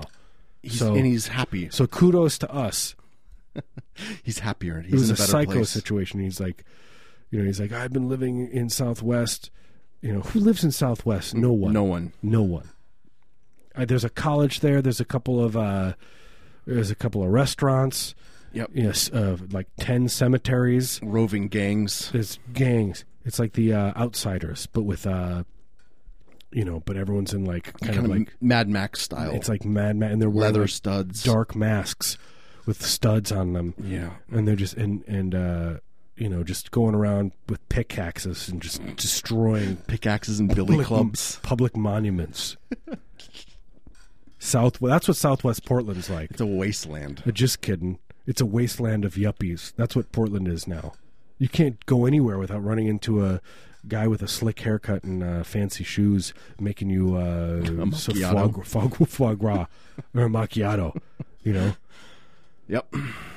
He's,
So-
and he's happy.
so kudos to us
He's happier. He's
it
in
was a,
a better
psycho
place.
situation he's like you know he's like i've been living in southwest you know who lives in southwest no one
No one.
no one Uh, there's a college there there's a couple of uh there's a couple of restaurants
Yep.
you know, s- uh, like 10 cemeteries
Roving gangs.
there's gangs. It's like the uh, Outsiders, but with uh, you know, but everyone's in like kind,
Kind
of
of
like
Mad Max style.
it's like Mad Men, and they're wearing
leather
like,
studs.
dark masks with studs on them,
Yeah.
and they're just and and uh, you know, just going around with pickaxes and just destroying
Pickaxes and billy
public,
clubs.
public monuments. South, that's what Southwest Portland's like.
It's a wasteland.
Uh, Just kidding. It's a wasteland of yuppies. That's what Portland is now. You can't go anywhere without running into a guy with a slick haircut and uh, fancy shoes making you uh, so
macchiato.
foie, gras- foie, gras- foie gras or a macchiato. You know,
Yep.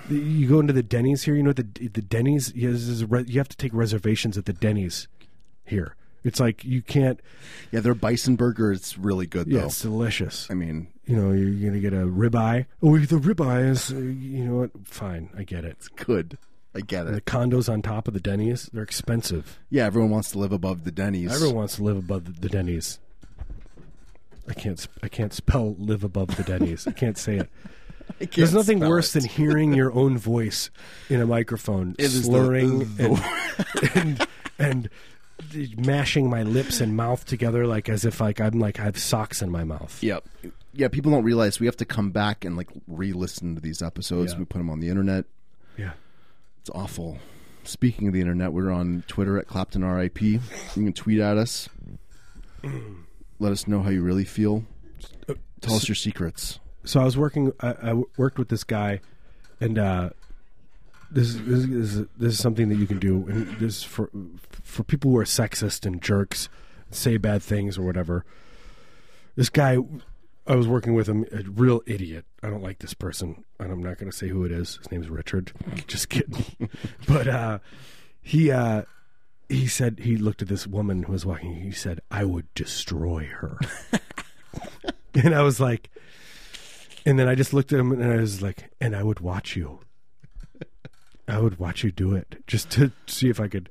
The- you go into the Denny's here. You know the the Denny's yes, is a re- you have to take reservations at the Denny's here. It's like you can't.
Yeah, their bison burger is really good
Yeah,
though.
it's delicious.
I mean,
You know, you're gonna get a ribeye. Oh, the ribeye is. uh, You know what? Fine, I get it.
it's good. I get
the
it.
condos on top of the Denny's, they're expensive.
Yeah, everyone wants to live above the Denny's.
Everyone wants to live above the, the Denny's. I can't. sp- I can't spell live above the Denny's. I can't say it.
I can't
There's nothing
spell
worse
it.
than hearing your own voice in a microphone
It is the-
slurring
is the
and, and and mashing my lips and mouth together like as if like I'm like I have socks in my mouth.
Yep. Yeah, people don't realize we have to come back and like re-listen to these episodes.
Yeah.
We put them on the internet.
Yeah.
It's awful. Speaking of the internet, we're on Twitter at Clapton RIP. You can tweet at us. Let us know how you really feel. Tell us your secrets.
so I was working. I, I worked with this guy, and uh, this is- this is this is something that you can do. And this is for for people who are sexist and jerks, say bad things or whatever. This guy, I was working with him, a real idiot. I don't like this person, and I'm not going to say who it is. His name's Richard. Just kidding. but uh, he uh, he said he looked at this woman who was walking. He said, "I would destroy her," and I was like. And then I just looked at him and I was like, and I would watch you. I would watch you do it just to see if I could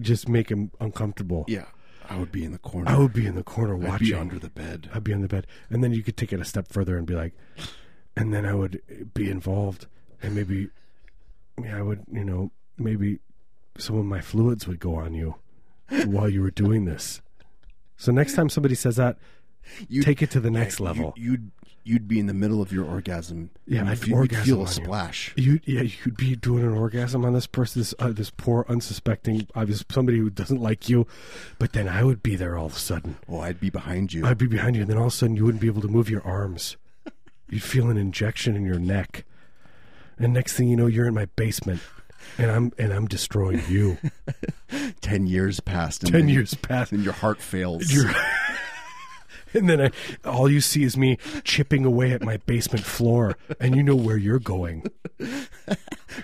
just make him uncomfortable.
Yeah. I would be in the corner.
I would be in the corner
I'd be
watching.
under the bed.
I'd be on the bed. And then you could take it a step further and be like, and then I would be involved and maybe, yeah, I would, you know, maybe some of my fluids would go on you while you were doing this. So next time somebody says that,
You-
take it to the next level.
You, would you'd be in the middle of your orgasm.
Yeah,
you'd,
I'd
feel- you'd
orgasm
feel
on
a
you.
splash.
You yeah, you could be doing an orgasm on this person, this uh, this poor unsuspecting, obvious somebody who doesn't like you, but then I would be there all of a sudden.
Oh, I'd be behind you.
I'd be behind you, and then all of a sudden you wouldn't be able to move your arms. You'd feel an injection in your neck, and next thing you know, you're in my basement, and I'm and I'm destroying you.
Ten years passed. And
Ten
then-
years pass,
Then your heart fails.
You're- and then I, all you see is me chipping away at my basement floor, and you know where you're going.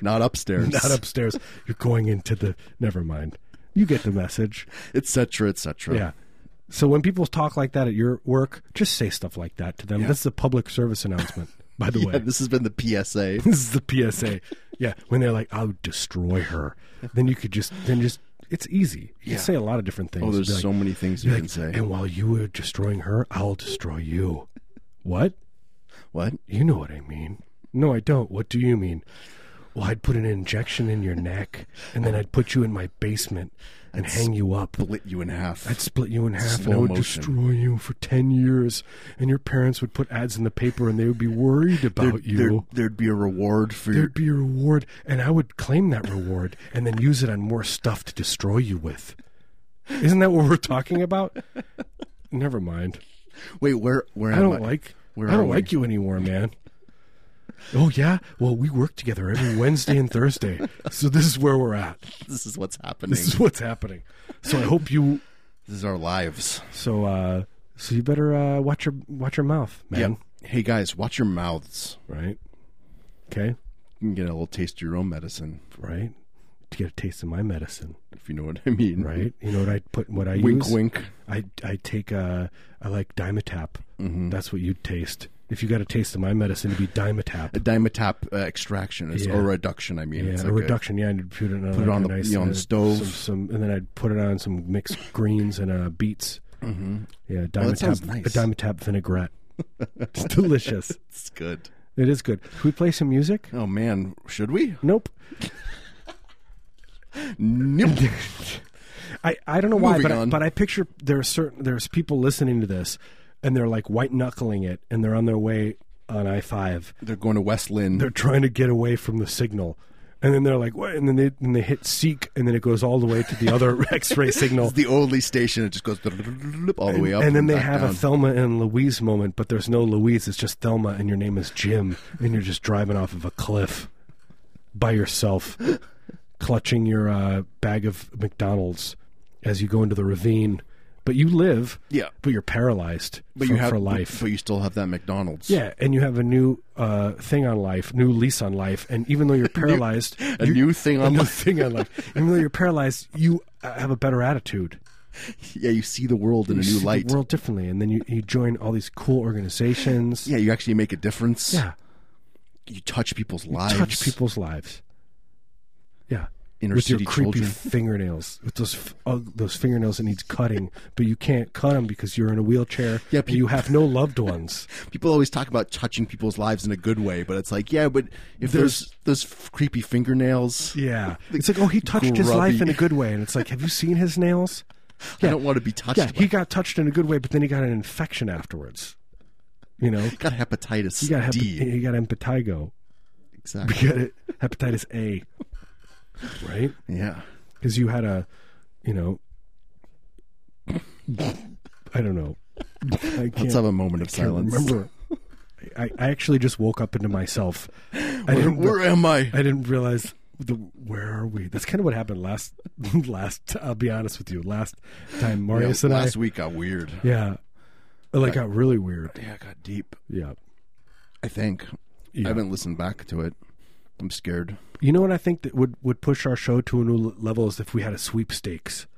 not upstairs.
not upstairs. You're going into the. Never mind. You get the message.
Etc. Etc.
Yeah. So when people talk like that at your work, just say stuff like that to them. This is a public service announcement, by the way.
This has been the PSA.
This is the PSA. Yeah. When they're like, "I'll destroy her," then you could just then just it's easy. You can say a lot of different things.
Oh, there's
Be like-
so many things
be
you can
like,
say.
And while you were destroying her, I'll destroy you. What?
What?
You know what I mean. No, I don't. What do you mean? Well, I'd put an injection in your neck, and then I'd put you in my basement and hang you up.
Split you in half.
I'd split you in half, and I
slow
would
motion.
destroy you for ten years. And your parents would put ads in the paper, and they would be worried about you.
There, there'd be a reward for your.
There'd be a reward, and I would claim that reward, and then use it on more stuff to destroy you with. Isn't that what we're talking about? Never mind.
Wait, where? Where
I
am
don't
I?
like.
where
I don't
are we?
like you anymore, man. Oh yeah. Well, we work together every Wednesday and Thursday, so this is where we're at.
This is what's happening.
This is what's happening. So I hope you.
This is our lives.
So uh, so you better uh, watch your watch your mouth, man.
Yep. Hey guys, watch your mouths.
Right. Okay.
You can get a little taste of your own medicine.
Right. to get a taste of my medicine,
if you know what I mean.
right? You know what I put, what I
Wink,
use.
wink.
I I take uh I like Dimetap.
Mm-hmm.
That's what you taste. If you got a taste of my medicine, it'd be
A
Dimetap.
dimetap uh, extraction is,
Yeah.
or reduction, I mean.
Yeah,
it's
a
like
reduction. yeah, and I'd put it on, like
on
a
the-
nice,
you know, on
uh,
the stove.
Some, some, and then I'd put it on some mixed greens and uh, beets. Mm-hmm. Yeah, Dimetap.
Oh, sounds
A
nice.
Dimetap vinaigrette. it's delicious.
It's good.
It is good. Can we play some music?
Oh, man. Should we?
Nope.
Nope.
I, I don't know why,
Moving
but I,
on.
but I picture there are certain there's people listening to this, and they're like white knuckling it, and they're on their way on I five.
They're going to West Lynn.
They're trying to get away from the signal, and then they're like, what? And then they and they hit seek, and then it goes all the way to the other X ray signal.
It's the only station. It just goes all the way up.
And then they
back
have
down.
a Thelma and Louise moment, but there's no Louise. It's just Thelma, and your name is Jim, and you're just driving off of a cliff by yourself, clutching your uh, bag of McDonald's as you go into the ravine. But you live,
Yeah.
but you're paralyzed
but
for,
you have
for life.
But you still have that McDonald's.
yeah, and you have a new uh, thing on life, new lease on life, and even though you're paralyzed,
A new thing on.
new
the
thing on life, even though you're paralyzed, you uh, have a better attitude
yeah, you see the world in a
you
new
see
light.
the world differently, and then you, you join all these cool organizations.
Yeah, you actually make a difference.
Yeah,
You touch people's lives.
touch people's lives. Yeah,
Inner
with
city
your creepy
children.
fingernails, with those f- ug those fingernails that needs cutting, but you can't cut them because you're in a wheelchair.
Yeah,
and you have no loved ones.
People always talk about touching people's lives in a good way, but it's like, yeah, but if there's those f- creepy fingernails,
Yeah, it's like oh, he touched his
grubby-
life in a good way, and it's like, have you seen his nails?
I don't want to be touched.
Yeah,
by
he got touched in a good way, but then he got an infection afterwards. You know,
got hepatitis
he got hep-
D.
he got impetigo,
Exactly.
he got it, hepatitis A, right?
Yeah.
because you had a, you know, I don't know. I can't,
Let's have a moment of
can't
silence.
remember. I, I actually just woke up into myself. I
Where,
didn't,
where am I?
I didn't realize the where are we. That's kind of what happened last. Last, I'll be honest with you. Last time,
Yeah,
Marius and I,
last week got weird.
yeah, it like got really weird.
Yeah, it got deep.
Yeah.
I think.
Yeah.
I haven't listened back to it. I'm scared.
You know what I think that would would push our show to a new l- level is if we had a sweepstakes.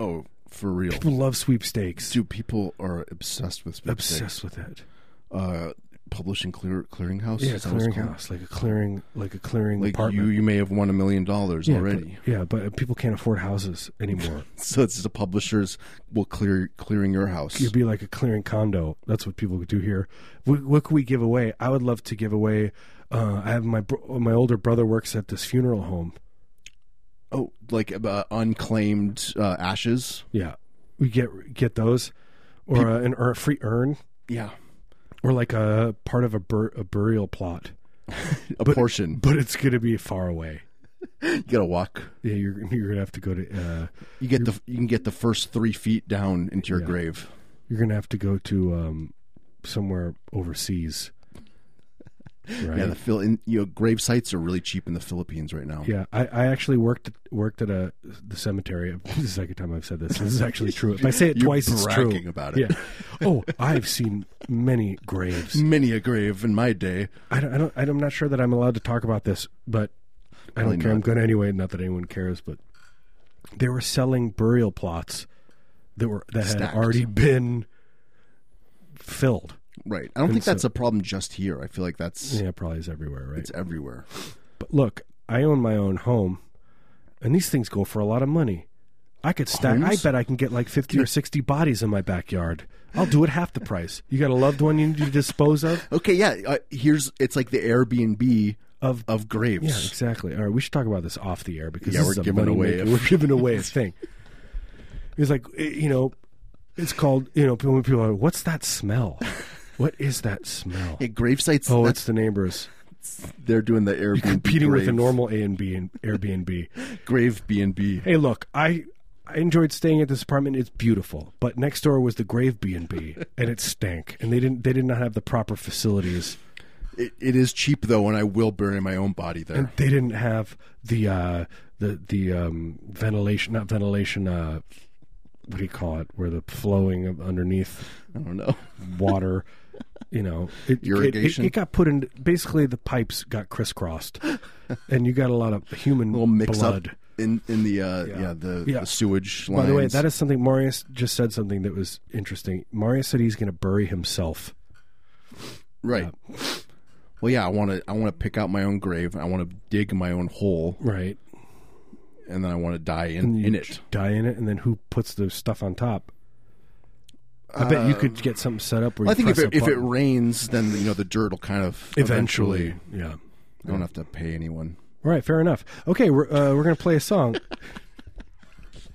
Oh, for real.
People love sweepstakes.
Dude, people are obsessed with sweepstakes.
Obsessed with it.
Uh, publishing clear clearinghouse.
Yeah,
is that what it's called?
clearinghouse, like a clearing, like a clearing
Like
apartment.
you, you may have won a million dollars
yeah,
already.
But, yeah, but people can't afford houses anymore.
So it's just the publishers will clear clearing your house.
It'd be like a clearing condo. That's what people could do here. What, what could we give away? I would love to give away. Uh, I have my bro- my older brother works at this funeral home.
oh, like uh, unclaimed uh, ashes.
Yeah, we get get those, or uh, an ur- free urn,
Yeah,
or like a part of a, bur- a burial plot.
a portion.
But it's gonna be far away.
You gotta walk.
Yeah, you're you're gonna have to go to. Uh,
You get the you can get the first three feet down into your
Yeah.
grave.
you're gonna have to go to um, somewhere overseas. Right.
Yeah,
Yeah,
the Phil in, you know, grave sites are really cheap in the Philippines right now.
I, I actually worked at, worked at a the cemetery. This is the second time I've said this. This is actually true. If I say it
You're
twice, it's true.
bragging about it.
Yeah. Oh, I've seen many graves.
Many a grave in my day.
I don't, I don't. I'm not sure that I'm allowed to talk about this, but I don't
Probably
care.
not.
I'm going to anyway. Not that anyone cares, but they were selling burial plots that were that had
Stacked.
already been filled.
Right. I don't think that's a problem just here. I feel like that's
Yeah, probably is everywhere, right?
it's everywhere.
But look, I own my own home, and these things go for a lot of money. I could stack. I
Homes?
bet I can get like fifty or sixty bodies in my backyard. I'll do it half the price. You got a loved one you need to dispose of?
Okay, yeah. Uh, here's it's like the Airbnb
Of-
of
Yeah,
graves.
exactly. All right, we should talk about this off the air because
Yeah,
this
we're
is a
giving
money
away
maker.
a-
we're giving away a thing. It's like eh, you know, it's called you know. When people are, what's that smell? What is that smell?
Yeah, grave sites.
Oh,
that's,
it's the neighbors
they're doing the Airbnb
competing
grave,
with a normal A and B and Airbnb.
grave B and B.
hey look i i enjoyed staying at this apartment it's beautiful but next door was the grave b&b and it stank and they didn't they did not have the proper facilities
It, it is cheap though, and I will bury my own body there.
they didn't have the uh the the um ventilation not ventilation uh what do you call it where the flowing of underneath
I don't know.
water you know it, it- it-
Irrigation?
it, got put in basically the pipes got crisscrossed and you got a lot of human
little mix
blood
up. in in the uh, yeah.
Yeah.
the,
Yeah.
the sewage
By
lines.
the way, that is something Marius just said something that was interesting. Marius said he's going to bury himself.
right. Well, yeah, I want to I want to pick out my own grave. I want to dig my own hole,
Right.
and then I want to die in, in it.
Die in it, and then who puts the stuff on top? I bet you could get something set up where
I
you
think if
press
it,
a
if it
button.
rains, then you know the dirt will kind of
eventually. Yeah.
I don't have to pay anyone.
All right, fair enough. Okay, we're uh, we're gonna play a song,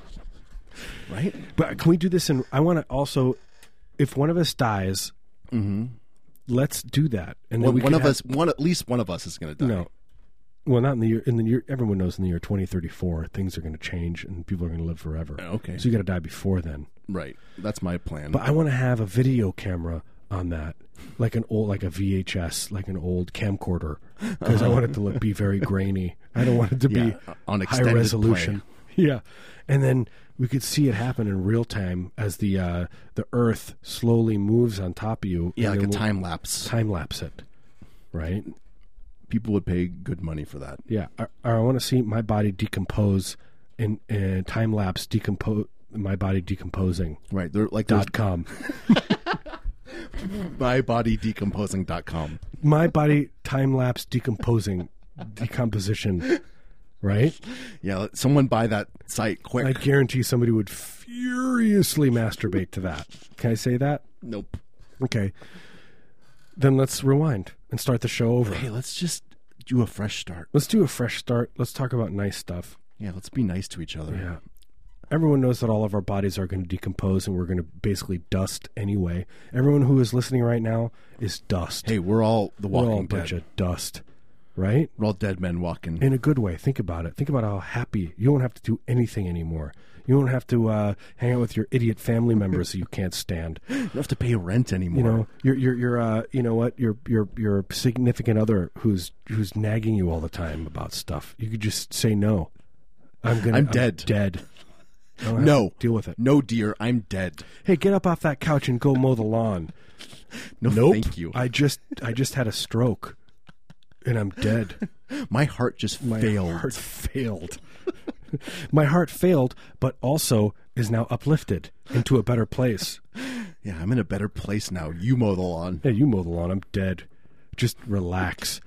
Right?
but can we do this? And I want to also, if one of us dies, let's do that. And then
Mm-hmm. One,
we
one
could
of
have-
us, one at least one of us is going to die.
No, well, not in the year. In the year, everyone knows in the year twenty thirty four, things are gonna change and people are gonna live forever.
Oh, Okay.
so you gotta die before then.
Right. That's my plan.
But I want to have a video camera on that, like an old, like a VHS, like an old camcorder, because I want it to look be very grainy. I don't want it to be
Yeah, on
high
extended
resolution. Yeah, and then we could see it happen in real time as the uh, the Earth slowly moves on top of you.
yeah,
and
like a
then we'll
time lapse.
time lapse it, right?
People would pay good money for that.
Yeah, I, I want to see my body decompose in uh, time lapse decompose my body decomposing
Right. They're like
dot com.
mybodydecomposing.com.
my body time lapse decomposing decomposition right
Yeah, let- someone buy that site quick.
i guarantee somebody would furiously masturbate to that can i say that
nope.
okay then let's rewind and start the show over
Hey, let's just do a fresh start.
let's do a fresh start let's talk about nice stuff
Yeah, let's be nice to each other.
yeah everyone knows that all of our bodies are going to decompose and we're going to basically dust anyway everyone who is listening right now is dust
Hey, we're all the
we're
walking
all a
dead.
bunch of dust right
We're all dead men walking.
in a good way. Think about it. Think about how happy you won't have to do anything anymore. You won't have to uh, hang out with your idiot family members that you can't stand.
you don't have to pay rent anymore.
You know, your your your uh, you know what your your your significant other who's who's nagging you all the time about stuff. You could just say no. I'm gonna.
I'm dead.
Dead. I don't have
No.
to deal with it.
no, dear, I'm dead.
Hey, get up off that couch and go mow the lawn.
No, thank you.
I just I just had a stroke, and I'm dead.
my heart just
My
failed.
heart failed. My heart failed, but also is now uplifted into a better place.
Yeah, I'm in a better place now. You mow the lawn.
Hey, you mow the lawn. I'm dead. Just relax.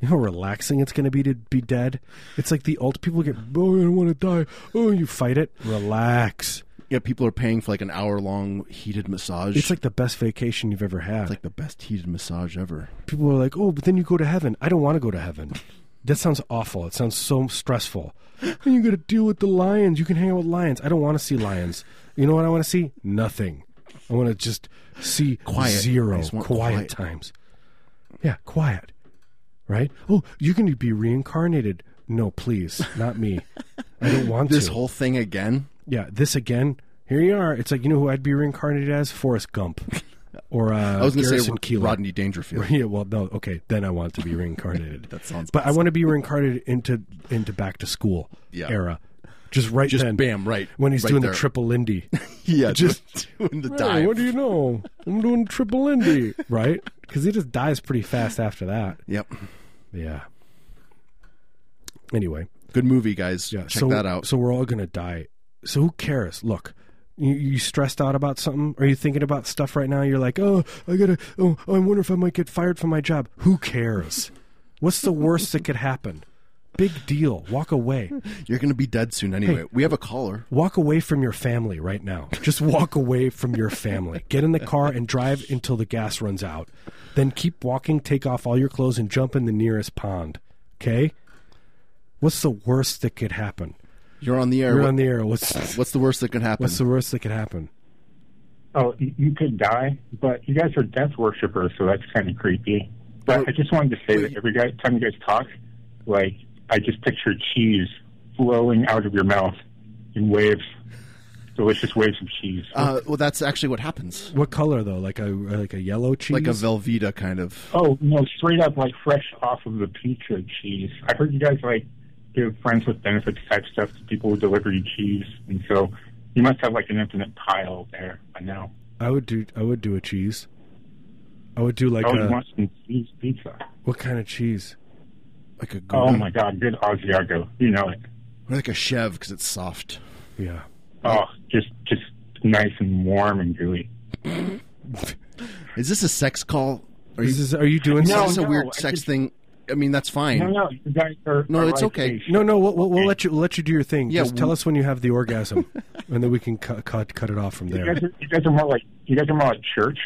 You know how relaxing it's going to be to be dead? It's like the old people get, oh, I don't want to die. Oh, you fight it. Relax.
Yeah, people are paying for like an hour long heated massage.
It's like the best vacation you've ever had.
like the best heated massage ever.
people are like, oh, but then you go to heaven. I don't want to go to heaven. That sounds awful. It sounds so stressful. And you got to deal with the lions. You can hang out with lions. I don't want to see lions. You know what I want to see? Nothing. I want to just see
Quiet. I
zero
just want
quiet,
quiet.
times. Yeah, quiet. Right? Oh, you can be reincarnated. No, please, not me. I don't want
This
to.
whole thing again.
yeah, this again. Here you are. It's like you know who I'd be reincarnated as? Forrest Gump, or uh,
I was going to say
Garrison Keillor.
Rodney Dangerfield.
Yeah, well, no, okay, then I want to be reincarnated.
That sounds
but I want to be reincarnated into into back to school
Yeah.
era, just right
Just
then,
bam, right
when he's
right
doing
there.
the triple Lindy.
yeah,
just-
doing the
Hey,
dive.
what do you know? I'm doing triple Lindy, right? Because he just dies pretty fast after that.
Yep,
Yeah. Anyway,
good movie, guys.
yeah,
Check
so,
that out.
So we're all gonna die. So who cares? Look. You, you stressed out about something? Are you thinking about stuff right now? You're like, oh, I gotta. Oh, I wonder if I might get fired from my job. Who cares? What's the worst that could happen? Big deal. Walk away.
You're going to be dead soon anyway. We have a caller.
Walk away from your family right now. Just walk away from your family. Get in the car and drive until the gas runs out. Then keep walking, take off all your clothes, and jump in the nearest pond. Okay? What's the worst that could happen?
You're on the air.
We're
What-
on the air. What's
What's the worst that can happen?
What's the worst that could happen?
Oh, y- you could die, but you guys are death worshippers, so that's kind of creepy.
Oh.
But I just wanted to say that every guy, time you guys talk, like I just picture cheese flowing out of your mouth in waves, delicious waves of cheese.
uh, well, that's actually what happens.
What color though? Like a like a yellow cheese?
Like a Velveeta kind of.
oh no, straight up like fresh off of the pizza cheese. I heard you guys like give friends with benefits type stuff to people who deliver you cheese, and so you must have like an infinite pile there by now.
I would do I would do a cheese. I would do like
oh, you
a, Uh-huh.
want some cheese pizza?
what kind of cheese?
Like a.
Oh my God, good Asiago, you know it.
Or like a Chev because it's soft.
Yeah.
Oh, just just nice and warm and gooey.
Is this a sex call? Are you,
Is this, are you doing
is
No,
this
something?
a weird
I
sex
just-
thing? I mean, that's fine.
No, no, you guys are.
No,
are
it's
right
okay.
face.
No, no. We'll, we'll, we'll let you let you do your thing.
Yeah,
Just tell
we-
us when you have the orgasm, and then we can cut cut, cut it off from
You
there.
guys, are, you guys are more like you guys are more like church.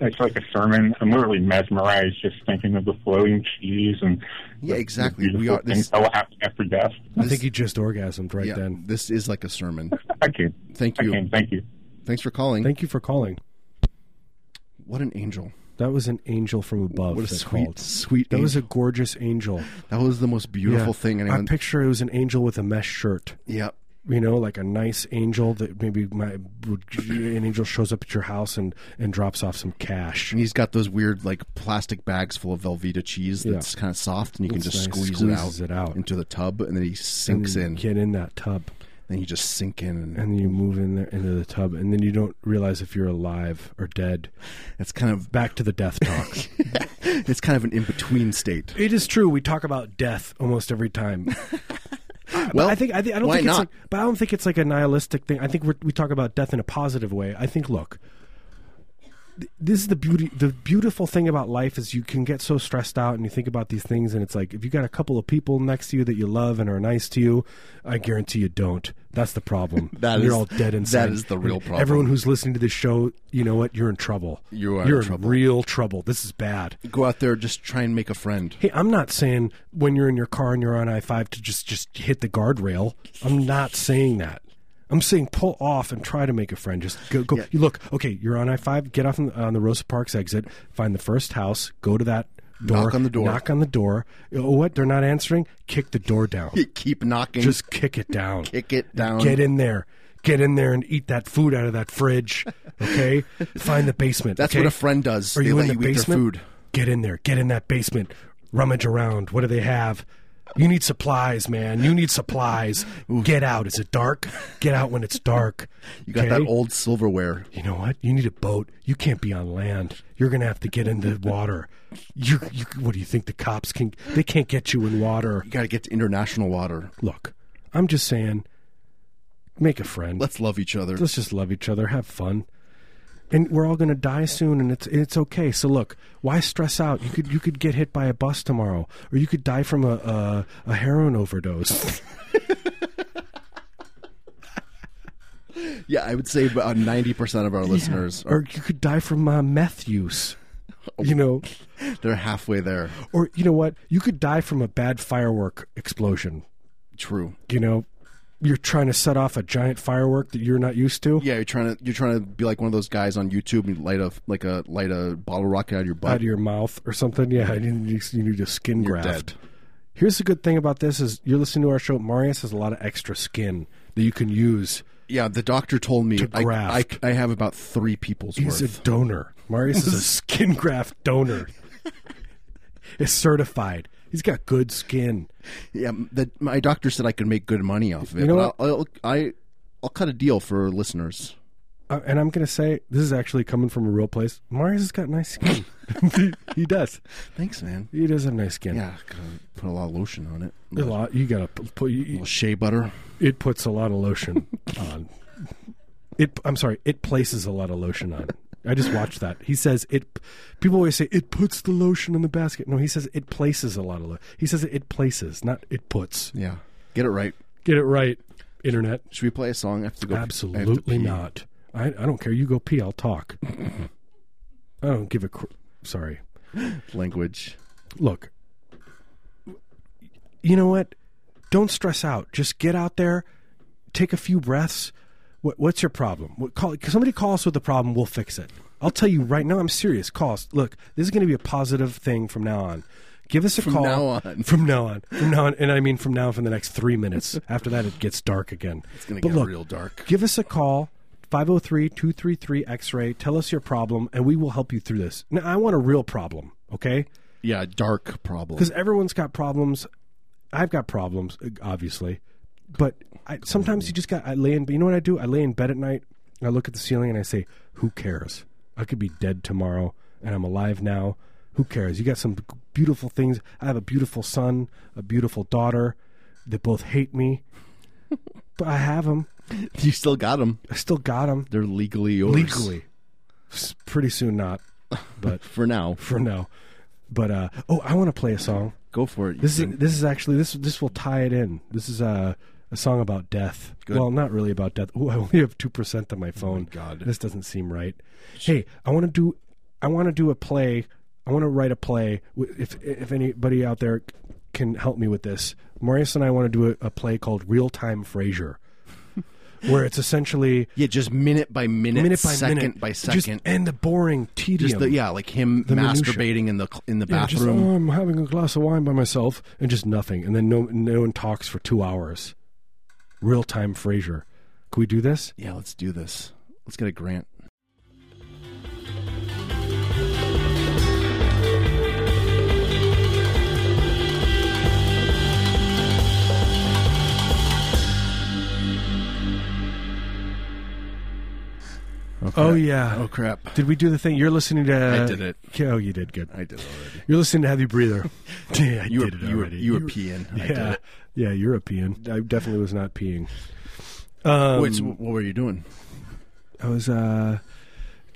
It's like a sermon. I'm literally mesmerized just thinking of the floating cheese and
Yeah,
the-
exactly.
The
We are-
beautiful
this-
things that will happen after death.
I think he just orgasmed right
yeah,
then.
this is like a sermon.
I can.
Thank
I
you.
can. Thank you.
Thanks for calling.
Thank you for calling.
what an angel.
That was an angel from above.
What a
that
sweet,
called.
sweet.
That was
angel.
a gorgeous angel.
that was the most beautiful thing
I
anyone.
picture it was an angel with a mesh shirt.
yeah,
You know, like a nice angel that maybe my an angel shows up at your house and and drops off some cash.
and he's got those weird like plastic bags full of Velveeta cheese
Yeah.
that's kind of soft, and you can
It's
just
nice.
squeeze it out,
Squeezes it out.
into the tub, and then he sinks in.
Get in that tub.
Then you just sink in, and
and then you move in there into the tub, and then you don't realize if you're alive or dead.
it's kind of
Back to the death talk.
it's kind of an in between state.
it is true. We talk about death almost every time.
Well,
I think I, think I don't
why
think it's
not?
like, but I don't think it's like a nihilistic thing. I think we're, we talk about death in a positive way. I think look, th- this is the beauty. The beautiful thing about life is you can get so stressed out and you think about these things, and it's like if you got a couple of people next to you that you love and are nice to you, I guarantee you don't. That's the problem.
That
And you're
is-
all dead
that
inside.
is the real
And
problem.
Everyone who's listening to this show, you know what? You're in trouble.
You are in
You're
trouble.
real trouble. This is bad.
Go out there, just try and make a friend.
Hey, I'm not saying when you're in your car and you're on I five to just just hit the guardrail. I'm not saying that. I'm saying pull off and try to make a friend. Just go go. You look okay. You're on I five. Get off on, on the Rosa Parks exit. Find the first house. Go to that door.
Knock on the door.
Knock on the door. Oh, what? They're not answering. Kick the door down.
Keep knocking,
Just kick it down.
kick it down.
Get in there. Get in there and eat that food out of that fridge. Okay. Find the basement.
That's
okay?
what a friend does.
Are
they
you
let
in the
you eat their
basement?
food.
Get in there. Get in that basement. Rummage around. What do they have? You need supplies, man. You need supplies. Get out. Is it dark? Get out when it's dark.
You got that old silverware.
You know what? You need a boat. You can't be on land. You're gonna have to get in the water. You, you, what do you think the cops can? They can't get you in water.
You got to get to international water.
Look, I'm just saying. Make a friend.
Let's love each other.
let's just love each other, have fun, and we're all going to die soon, and it's it's okay. So look, why stress out? You could you could get hit by a bus tomorrow, or you could die from a a, a heroin overdose.
Yeah, I would say about ninety percent of our listeners
or you could die from uh, meth use. You know,
are they're halfway there.
or you know what? You could die from a bad firework explosion.
True.
You know, you're trying to set off a giant firework that you're not used to.
Yeah, you're trying to you're trying to be like one of those guys on YouTube and light a like a light a bottle rocket out of your
out
butt.
of your mouth or something. Yeah, you need, you need a skin
You're
graft.
dead.
Here's the good thing about this is you're listening to our show. Marius has a lot of extra skin that you can use.
yeah, the doctor told me I, I
graft.
I have about three people's
He's
worth.
a donor. Marius is a skin graft donor. is certified. He's got good skin.
yeah, the, my doctor said I could make good money off of it.
You know
but I'll, I'll, I I'll cut a deal for listeners.
Uh, and I'm going to say this is actually coming from a real place. Marius has got nice skin. he, he does.
Thanks, man.
He does have nice skin.
Yeah, gotta put a lot of lotion on it. A
A
little,
lot. You got to put. You, you-
shea butter.
it puts a lot of lotion on. It. I'm sorry. It places a lot of lotion on. I just watched that. He says it. People always say it puts the lotion in the basket. No, he says it places a lot of lotion. He says it places, not it puts.
Yeah, get it right.
Get it right, internet.
Should we play a song? I have to go. I have to
Absolutely
pee.
not. I, I don't care. You go pee. I'll talk. I don't give a. Cr- sorry.
Language.
look, you know what? Don't stress out. Just get out there, take a few breaths. What, what's your problem? What, call, somebody call us with a problem. We'll fix it. I'll tell you right now. I'm serious. Call us. Look, this is going to be a positive thing from now on. Give us a call
now on.
From now on. From now on, and I mean from now on for the next three minutes. After that, it gets dark again. It's
gonna get real dark.
Give us a call. 503-233-X-ray. Tell us your problem, and we will help you through this. Now, I want a real problem, okay?
Yeah, dark problem.
because everyone's got problems. I've got problems, obviously, but I, sometimes you just got. I lay in. You know what I do? I lay in bed at night. and I look at the ceiling and I say, "Who cares? I could be dead tomorrow, and I'm alive now. Who cares? You got some beautiful things. I have a beautiful son, a beautiful daughter. They both hate me. but I have them.
You still got them.
I still got them
They're legally yours.
legally. S- Pretty soon, not, but
For now.
for now. But uh, oh, I want to play a song.
Go for it.
This is this is actually this this will tie it in. This is a a song about death.
Good. Oh
Well, not really about death. Ooh, I only have two percent on my phone.
God.
this doesn't seem right. Hey, I want to do I want to do a play. I want to write a play. W- If if anybody out there c- can help me with this, Maurice and I want to do a, a play called Real Time Frasier, where it's essentially
yeah, just minute by minute,
minute by
second
minute
by
just
second.
end the boring tedium.
Just, the, yeah, like him
minutia.
masturbating in the cl- in the
Yeah, just,
bathroom.
oh, I'm having a glass of wine by myself and just nothing, and then no no one talks for two hours. Real time Frasier. Can we do this?
yeah, let's do this. Let's get a grant.
Oh yeah.
Oh crap!
Did we do the thing? You're listening to.
I did it.
Okay, Oh, you did good.
I did it already.
You're listening to Heavy Breather. yeah, I
You were
did it
you were,
already.
you were peeing. I did
yeah,
it.
yeah, European. I definitely was not peeing. Um,
Wait, so what were you doing?
I was. Uh,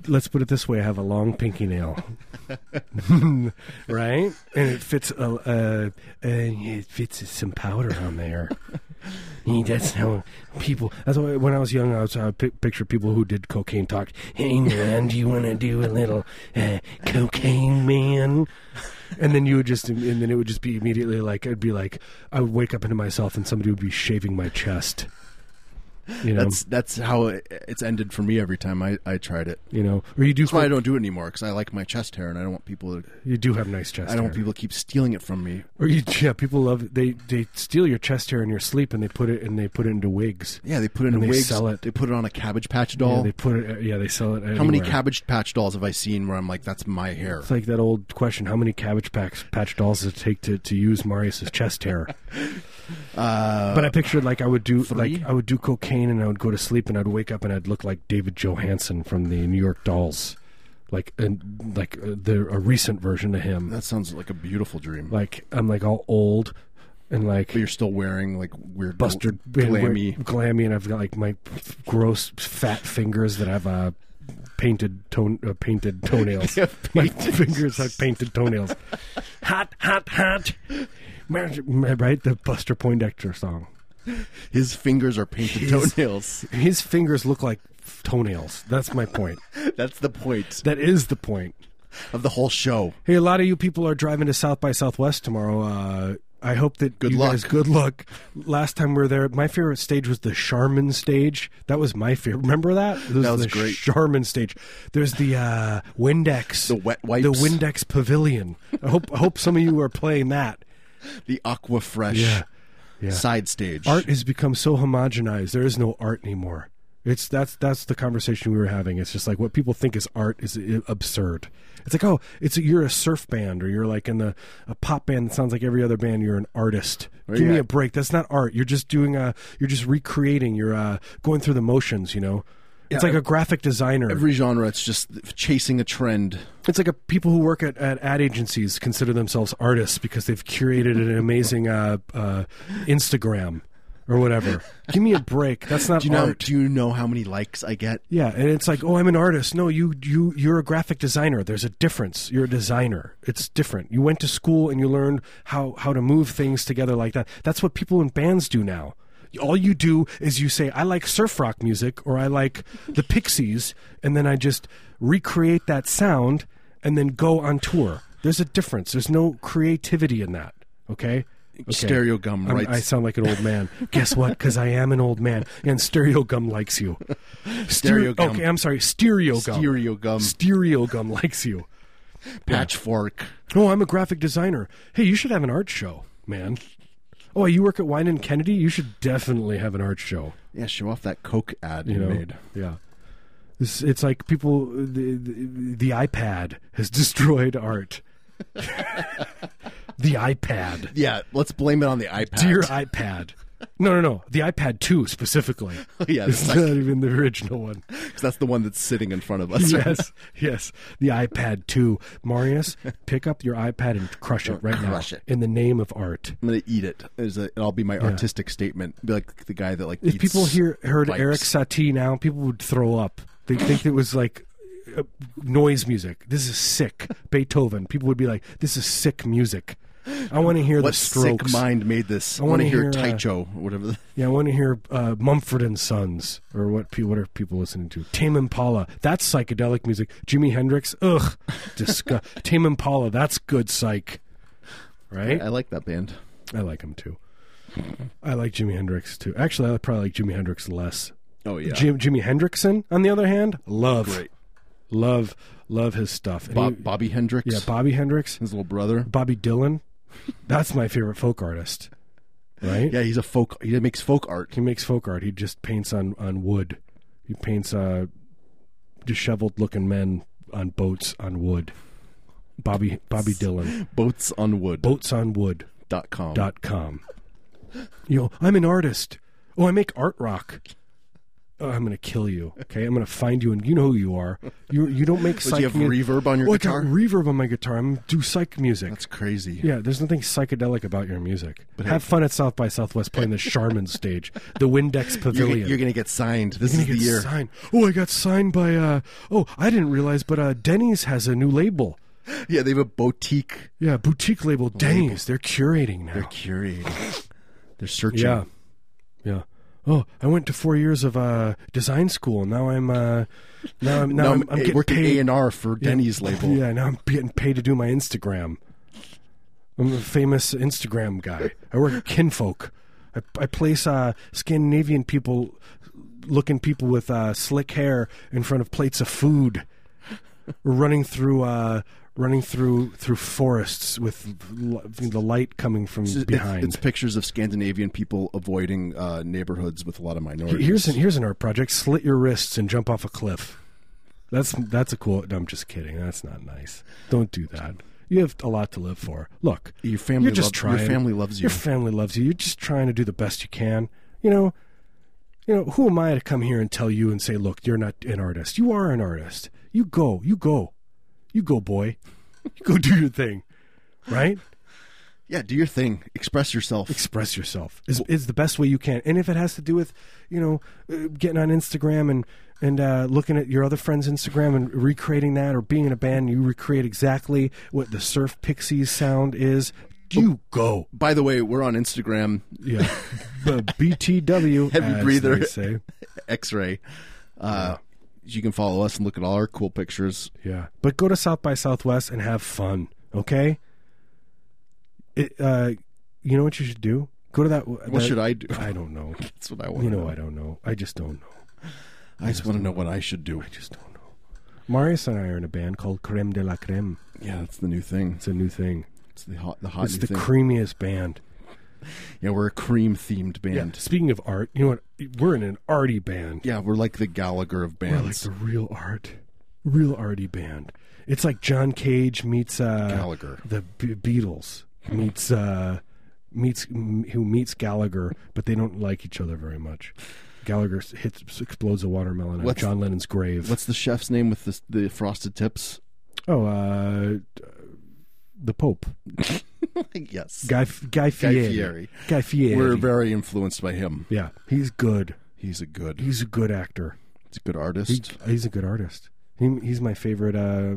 let's put it this way: I have a long pinky nail, right? And it fits a, uh, and it fits some powder on there. Yeah, That's how people. That's why when I was young, I was I pic- picture people who did cocaine talk. Hey man, do you want to do a little uh, cocaine man? And then you would just, and then it would just be immediately like I'd be like, I would wake up into myself, and somebody would be shaving my chest. You know,
That's that's how it, it's ended for me every time I, I tried it.
you know, or you do
That's why I don't do it anymore because I like my chest hair and I don't want people. To,
You do have nice chest.
I don't want
hair.
people to keep stealing it from me.
Or you, yeah, people love they they steal your chest hair in your sleep and they put it and they put it into wigs.
Yeah, they put it in
And they
wigs.
sell it.
They put it on a Cabbage Patch
Yeah,
doll.
they put it. uh, Yeah, they sell it.
Oh. How many
anywhere.
Cabbage Patch dolls have I seen where I'm like, that's my hair?
It's like that old question: How many cabbage packs, patch dolls does it take to, to use Marius's chest hair?
Uh,
but I pictured like I would do
three?
like I would do cocaine and I would go to sleep and I'd wake up and I'd look like David Johansen from the New York Dolls, like and like uh, the a recent version of him.
that sounds like a beautiful dream.
Like I'm like all old and like
but you're still wearing like weird
Buster
gl- glammy.
glammy, and I've got like my gross fat fingers that have uh, painted tone, uh, painted toenails.
Yeah,
My fingers have painted toenails. hot, hot, hot. Right, the Buster Poindexter song.
His fingers are painted
His-
toenails.
His fingers look like toenails. That's my point.
That's the point
That is the point.
of the whole show.
Hey, a lot of you people are driving to South by Southwest tomorrow. Uh, I hope that
Good
you
luck.
guys. Good luck. Last time we were there, my favorite stage was the Charmin stage. That was my favorite. Remember that? It
That was
the
great.
Charmin stage. There's the uh, Windex.
The wet wipes.
The Windex Pavilion. I hope. I hope some of you are playing that.
The Aqua Fresh
Yeah. Yeah.
side stage.
Art has become so homogenized. There is no art anymore. It's that's that's the conversation we were having. It's just like what people think is art is i- absurd. It's like oh, it's you're a surf band or you're like in the a pop band that sounds like every other band. You're an artist. Give me
Oh, yeah.
a break. That's not art. You're just doing a. You're just recreating. You're uh, going through the motions. You know. It's
Yeah,
like a graphic designer.
Every genre, it's just chasing a trend.
It's like a, people who work at, at ad agencies consider themselves artists because they've curated an amazing uh, uh, Instagram or whatever. Give me a break. That's not
Do you know?
art.
Do you know how many likes I get?
yeah, and it's like, oh, I'm an artist. No, you you you're a graphic designer. There's a difference. You're a designer. It's different. You went to school and you learned how how to move things together like that. That's what people in bands do now. All you do is you say, I like surf rock music or I like the Pixies, and then I just recreate that sound and then go on tour. There's a difference. There's no creativity in that. Okay. Okay.
Stereo gum,
I'm-
right?
I sound like an old man. Guess what? Because I am an old man, and Stereo Gum likes you.
Stereo Gum.
Okay, I'm sorry. Stereo Gum.
Stereo gum,
Stereo Gum likes you.
patchfork.
Oh, I'm a graphic designer. Hey, you should have an art show, man. Oh, you work at Wine and Kennedy? You should definitely have an art show.
Yeah, show off that Coke ad you,
You know?
made.
Yeah. It's, it's like people, the, the, the iPad has destroyed art. the iPad.
Yeah, let's blame it on the iPad.
Dear iPad. No, no, no. The iPad 2 specifically.
Oh, yeah,
It's
that's,
not even the original one.
that's the one that's sitting in front of us. right?
Yes, yes. The iPad 2. Marius, pick up your iPad and crush it right
Crush
now.
it.
In the name of art.
I'm gonna eat it. Is a, it'll be my artistic statement. Be like the guy that like.
If
eats
people hear heard
wipes.
Eric Satie now, people would throw up. They think it was like uh, noise music. This is sick. Beethoven. People would be like, "This is sick music." I want to hear
What
the Strokes.
sick mind made this? I
wanna
want to hear,
hear, uh,
Taicho or whatever. The,
Yeah, I want to hear uh, Mumford and Sons or what? Pe- what are people listening to? Tame Impala. That's psychedelic music. Jimi Hendrix. Ugh, disgust. Tame Impala. That's good psych. Right?
I like that band.
I like him too. I like Jimi Hendrix too. Actually, I probably like Jimi Hendrix less.
Oh yeah,
Jim, Jimi Hendrixon, on the other hand, love,
Great.
love, love his stuff. And
Bob,
he-
Bobby Hendricks,
yeah, Bobby Hendrix,
his little brother.
Bobby Dylan. That's my favorite folk artist. Right?
Yeah, he's a folk. He makes folk art.
He makes folk art. He just paints on on wood. He paints uh, disheveled looking men on boats on wood. Bobby Body Dylan,
Boats on Wood
boatsonwood.com.
dot com.
You know, I'm an artist. Oh, I make art rock. Oh, I'm gonna kill you. Okay, I'm gonna find you, and you know who you are. You you don't make
Does
psych.
he have
mu-
reverb on your
Oh, I got
guitar?
reverb on my guitar. I'm do psych music.
That's crazy.
Yeah, there's nothing psychedelic about your music. But have fun at South by Southwest playing the Charmin stage, the Windex
You're,
Pavilion.
gonna- you're gonna get signed. This
You're
is
gonna
the
get
year.
signed. Oh, I got signed by. Uh, oh, I didn't realize, but uh, Denny's has a new label.
Yeah, they have a boutique.
Yeah, boutique label Denny's. They're curating now.
They're curating. They're searching.
yeah, yeah. Oh, I went to four years of uh, design school. Now I'm. Uh, now I'm. Now,
Now I'm,
I'm, Um, I'm
eh,
getting
working
paid.
A and R for Denny's label.
Yeah, now I'm getting paid to do my Instagram. I'm a famous Instagram guy. I work at Kinfolk. I, I place uh, Scandinavian people, looking people with uh, slick hair in front of plates of food, running through uh, running through through forests with l- the light coming from
It's- it's-
behind.
It's, pictures of Scandinavian people avoiding uh, neighborhoods with a lot of minorities.
here's an here's an art project: slit your wrists and jump off a cliff. That's that's a cool. No, I'm just kidding. That's not nice. Don't do that. You have a lot to live for. Look,
Your family
You're just
loves-
trying.
your family loves you.
Your family loves you. You're just trying to do the best you can. You know, you know. Who am I to come here and tell you and say, look, you're not an artist. You are an artist. You go. You go. You go, boy. You go do your thing. Right
yeah, do your thing. Express yourself.
express yourself is, is the best way you can and if it has to do with you know uh, getting on instagram and and uh, looking at your other friend's instagram and recreating that or being in a band you recreate exactly what the surf pixies sound is you go
By the way, we're on Instagram.
yeah the btw
Heavy
as
breather.
they say
X-ray. Uh, You can follow us and look at all our cool pictures.
yeah but go to south by southwest and have fun okay it, uh, you know what you should do go to that
What should I do?
i don't know
That's what I want.
you know
I,
i don't know i just don't know
just want to know what I should do.
I just don't know. Marius and I are in a band called Creme de la Creme.
Yeah, that's the new thing.
It's a new thing.
It's the hot, the hot
It's
new
the
thing.
creamiest band.
yeah, we're a cream-themed band.
Speaking of art, you know what? We're in an arty band.
Yeah, we're like the Gallagher of
We're like
bands.
the real art, real arty band. It's like John Cage meets uh,
Gallagher.
the B- Beatles meets uh, meets m- who meets Gallagher, but they don't like each other very much. Gallagher s- hits explodes a watermelon at
What's-
John Lennon's grave.
What's the chef's name with the, the frosted tips?
oh, uh, d- the Pope,
yes.
Guy F- Guy Fieri.
Fieri.
Guy Fieri.
We're very influenced by him.
Yeah, he's good.
He's a good, he's
He's a good actor.
a good
He,
artist.
he's a good artist. He, he's my favorite. Uh,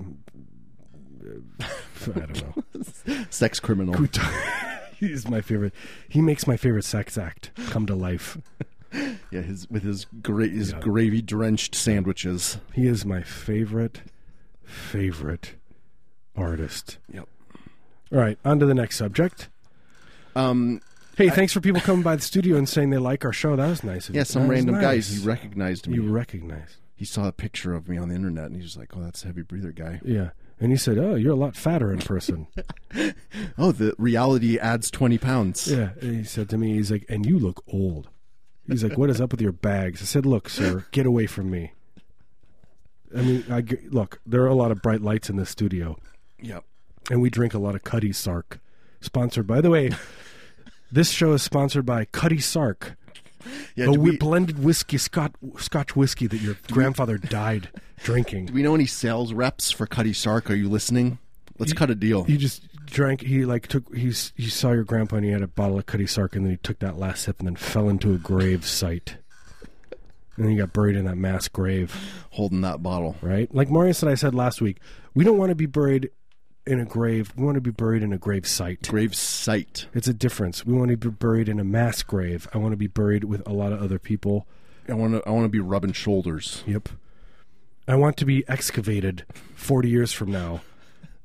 I don't know.
Sex criminal.
Who t- he's my favorite. He makes my favorite sex act come to life.
Yeah, his with his gra- his gravy drenched sandwiches.
He is my favorite, favorite artist.
Yep.
All right, on to the next subject.
Um.
Hey, thanks for people coming by the studio and saying they like our show. That was nice. of
Yeah,
you.
some
That was
random
nice.
guys. He recognized me.
you recognize.
he saw a picture of me on the internet, and he was like, "Oh, that's a heavy breather guy."
Yeah. And he said, "Oh, you're a lot fatter in person."
Oh, the reality adds twenty pounds.
Yeah, and he said to me, he's like, and you look old. He's like, what is up with your bags? I said, look, sir, get away from me. I mean, I g- look, there are a lot of bright lights in this studio,
Yep.
and we drink a lot of Cuddy Sark, sponsored by the way. This show is sponsored by Cuddy Sark,
Yeah,
a
do,
wi-
we, do
blended whiskey, Scot- Scotch whiskey that your grandfather died drinking.
we know any sales reps for Cuddy Sark? Are you listening? Let's cut a deal.
He just drank. He like took. He s- he saw your grandpa and he had a bottle of Cuddy Sark and then he took that last sip and then fell into a grave site. And then he got buried in that mass grave,
Holding that bottle.
right? Like Marius and I said last week, we don't want to be buried in a grave. We want to be buried in a grave site.
Grave site.
It's a difference. We want to be buried in a mass grave. I want to be buried with a lot of other people.
I want to. I want to be rubbing shoulders.
Yep. I want to be excavated 40 years from now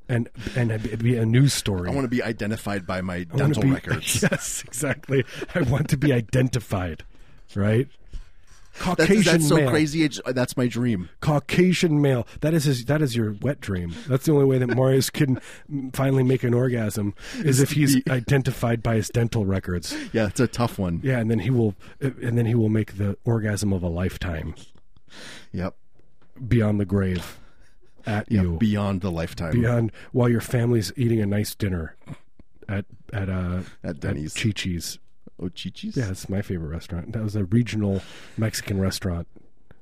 and and be a news story.
I want to be identified by my
I wanna
dental
be-
records.
Yes, exactly. I want to be identified, right?
That's,
Caucasian
that's so
male.
crazy. It's- That's my dream.
Caucasian male. That is his, that is your wet dream. That's the only way that Marius can finally make an orgasm is if he's identified by his dental records.
Yeah, it's a tough one.
Yeah, and then he will and then he will make the orgasm of a lifetime
Yep.
beyond the grave at you.
Beyond the lifetime
beyond while your family's eating a nice dinner at at uh
at Denny's.
Chi Chi's.
Oh, Ochichis?
Yeah, it's my favorite restaurant. That was a regional Mexican restaurant.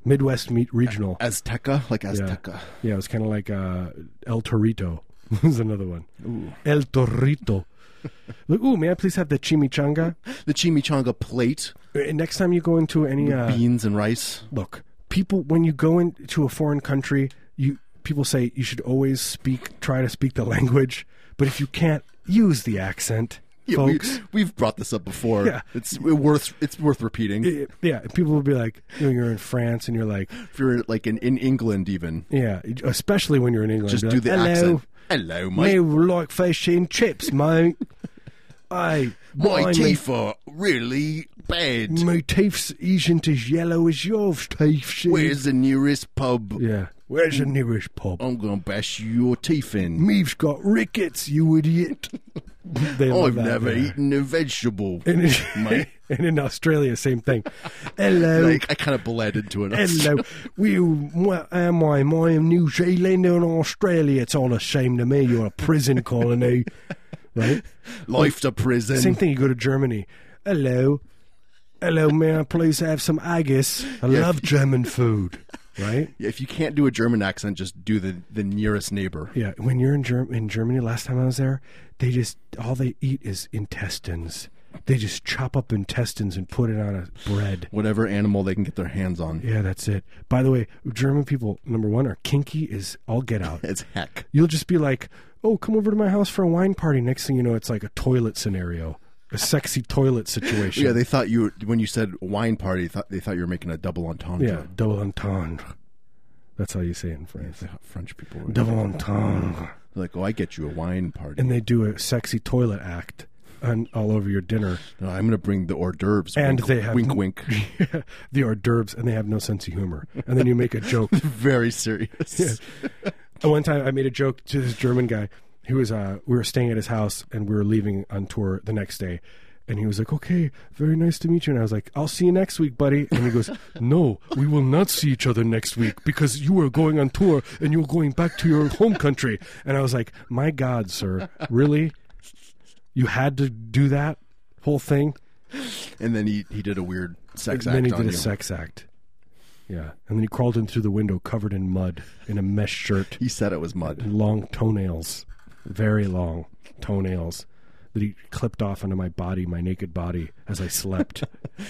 Midwest meat regional.
Azteca? Like Azteca.
Yeah, it was kind of like uh, El Torito. was another one. El Torito. Like, ooh, may I please have the chimichanga?
The chimichanga plate,
And next time you go into any uh,
beans and rice.
look, people when you go into a foreign country, you people say you should always speak, try to speak the language, but if you can't, use the accent,
Yeah, we,
folks.
we've brought this up before.
Yeah.
It's worth it's worth repeating.
yeah, people will be like, you know, you're in France and you're like,
if you're like in, in England, even
yeah, especially when you're in England,
just
be
do
like,
the
Hello,
accent. Hello, mate.
Me like fish and chips, mate. I
My teeth are really bad.
My teeth isn't as yellow as yours, teeth.
Where's Oh. the nearest pub?
yeah? Where's the nearest pub?
I'm gonna bash your teeth in.
Me's got rickets, you idiot. They love
I've
that
never
there.
eaten a vegetable.
And in,
Mate.
and in Australia, same thing. Hello.
like I kind of bled into it.
Hello, we, what am I? I am New Zealand and Australia. It's all the same to me. You're a prison colony, right?
Life to prison.
Same thing. You go to Germany. Hello, hello. May I please have some haggis? I love German food, right?
Yeah, If you can't do a German accent, just do the, the nearest neighbor.
Yeah. When you're in Germ- in Germany, last time I was there, they just all they eat is intestines. They just chop up intestines and put it on a bread.
Whatever animal they can get their hands on.
Yeah, that's it. By the way, German people number one are kinky is all get out.
It's heck.
You'll just be like, "Oh, come over to my house for a wine party." Next thing you know, it's like a toilet scenario, a sexy toilet situation.
Yeah, they thought you when you said wine party. Thought, they thought you were making a double entendre.
Yeah, double entendre. That's how you say it in France.
The French people were
Double entendre.
like, "Oh, I get you a wine party.
And they do a sexy toilet act on, all over your dinner.
No, I'm going to bring the hors d'oeuvres."
And
wink,
they have-
wink, wink.
the hors d'oeuvres, and they have no sense of humor. And then you make a joke.
Very serious.
Uh, One time, I made a joke to this German guy. He was, uh, we were staying at his house, and we were leaving on tour the next day. And he was like, "Okay, very nice to meet you." And I was like, "I'll see you next week, buddy." And he goes, "No, we will not see each other next week because you are going on tour and you're going back to your home country." And I was like, "My God, sir, really? You had to do that whole thing?"
And then he, he did a weird sex
And then
act
he
on
did a
you.
sex act. Yeah, and then he crawled in through the window, covered in mud, in a mesh shirt.
he said it was mud.
long toenails, very long toenails that he clipped off onto my body, my naked body, as I slept.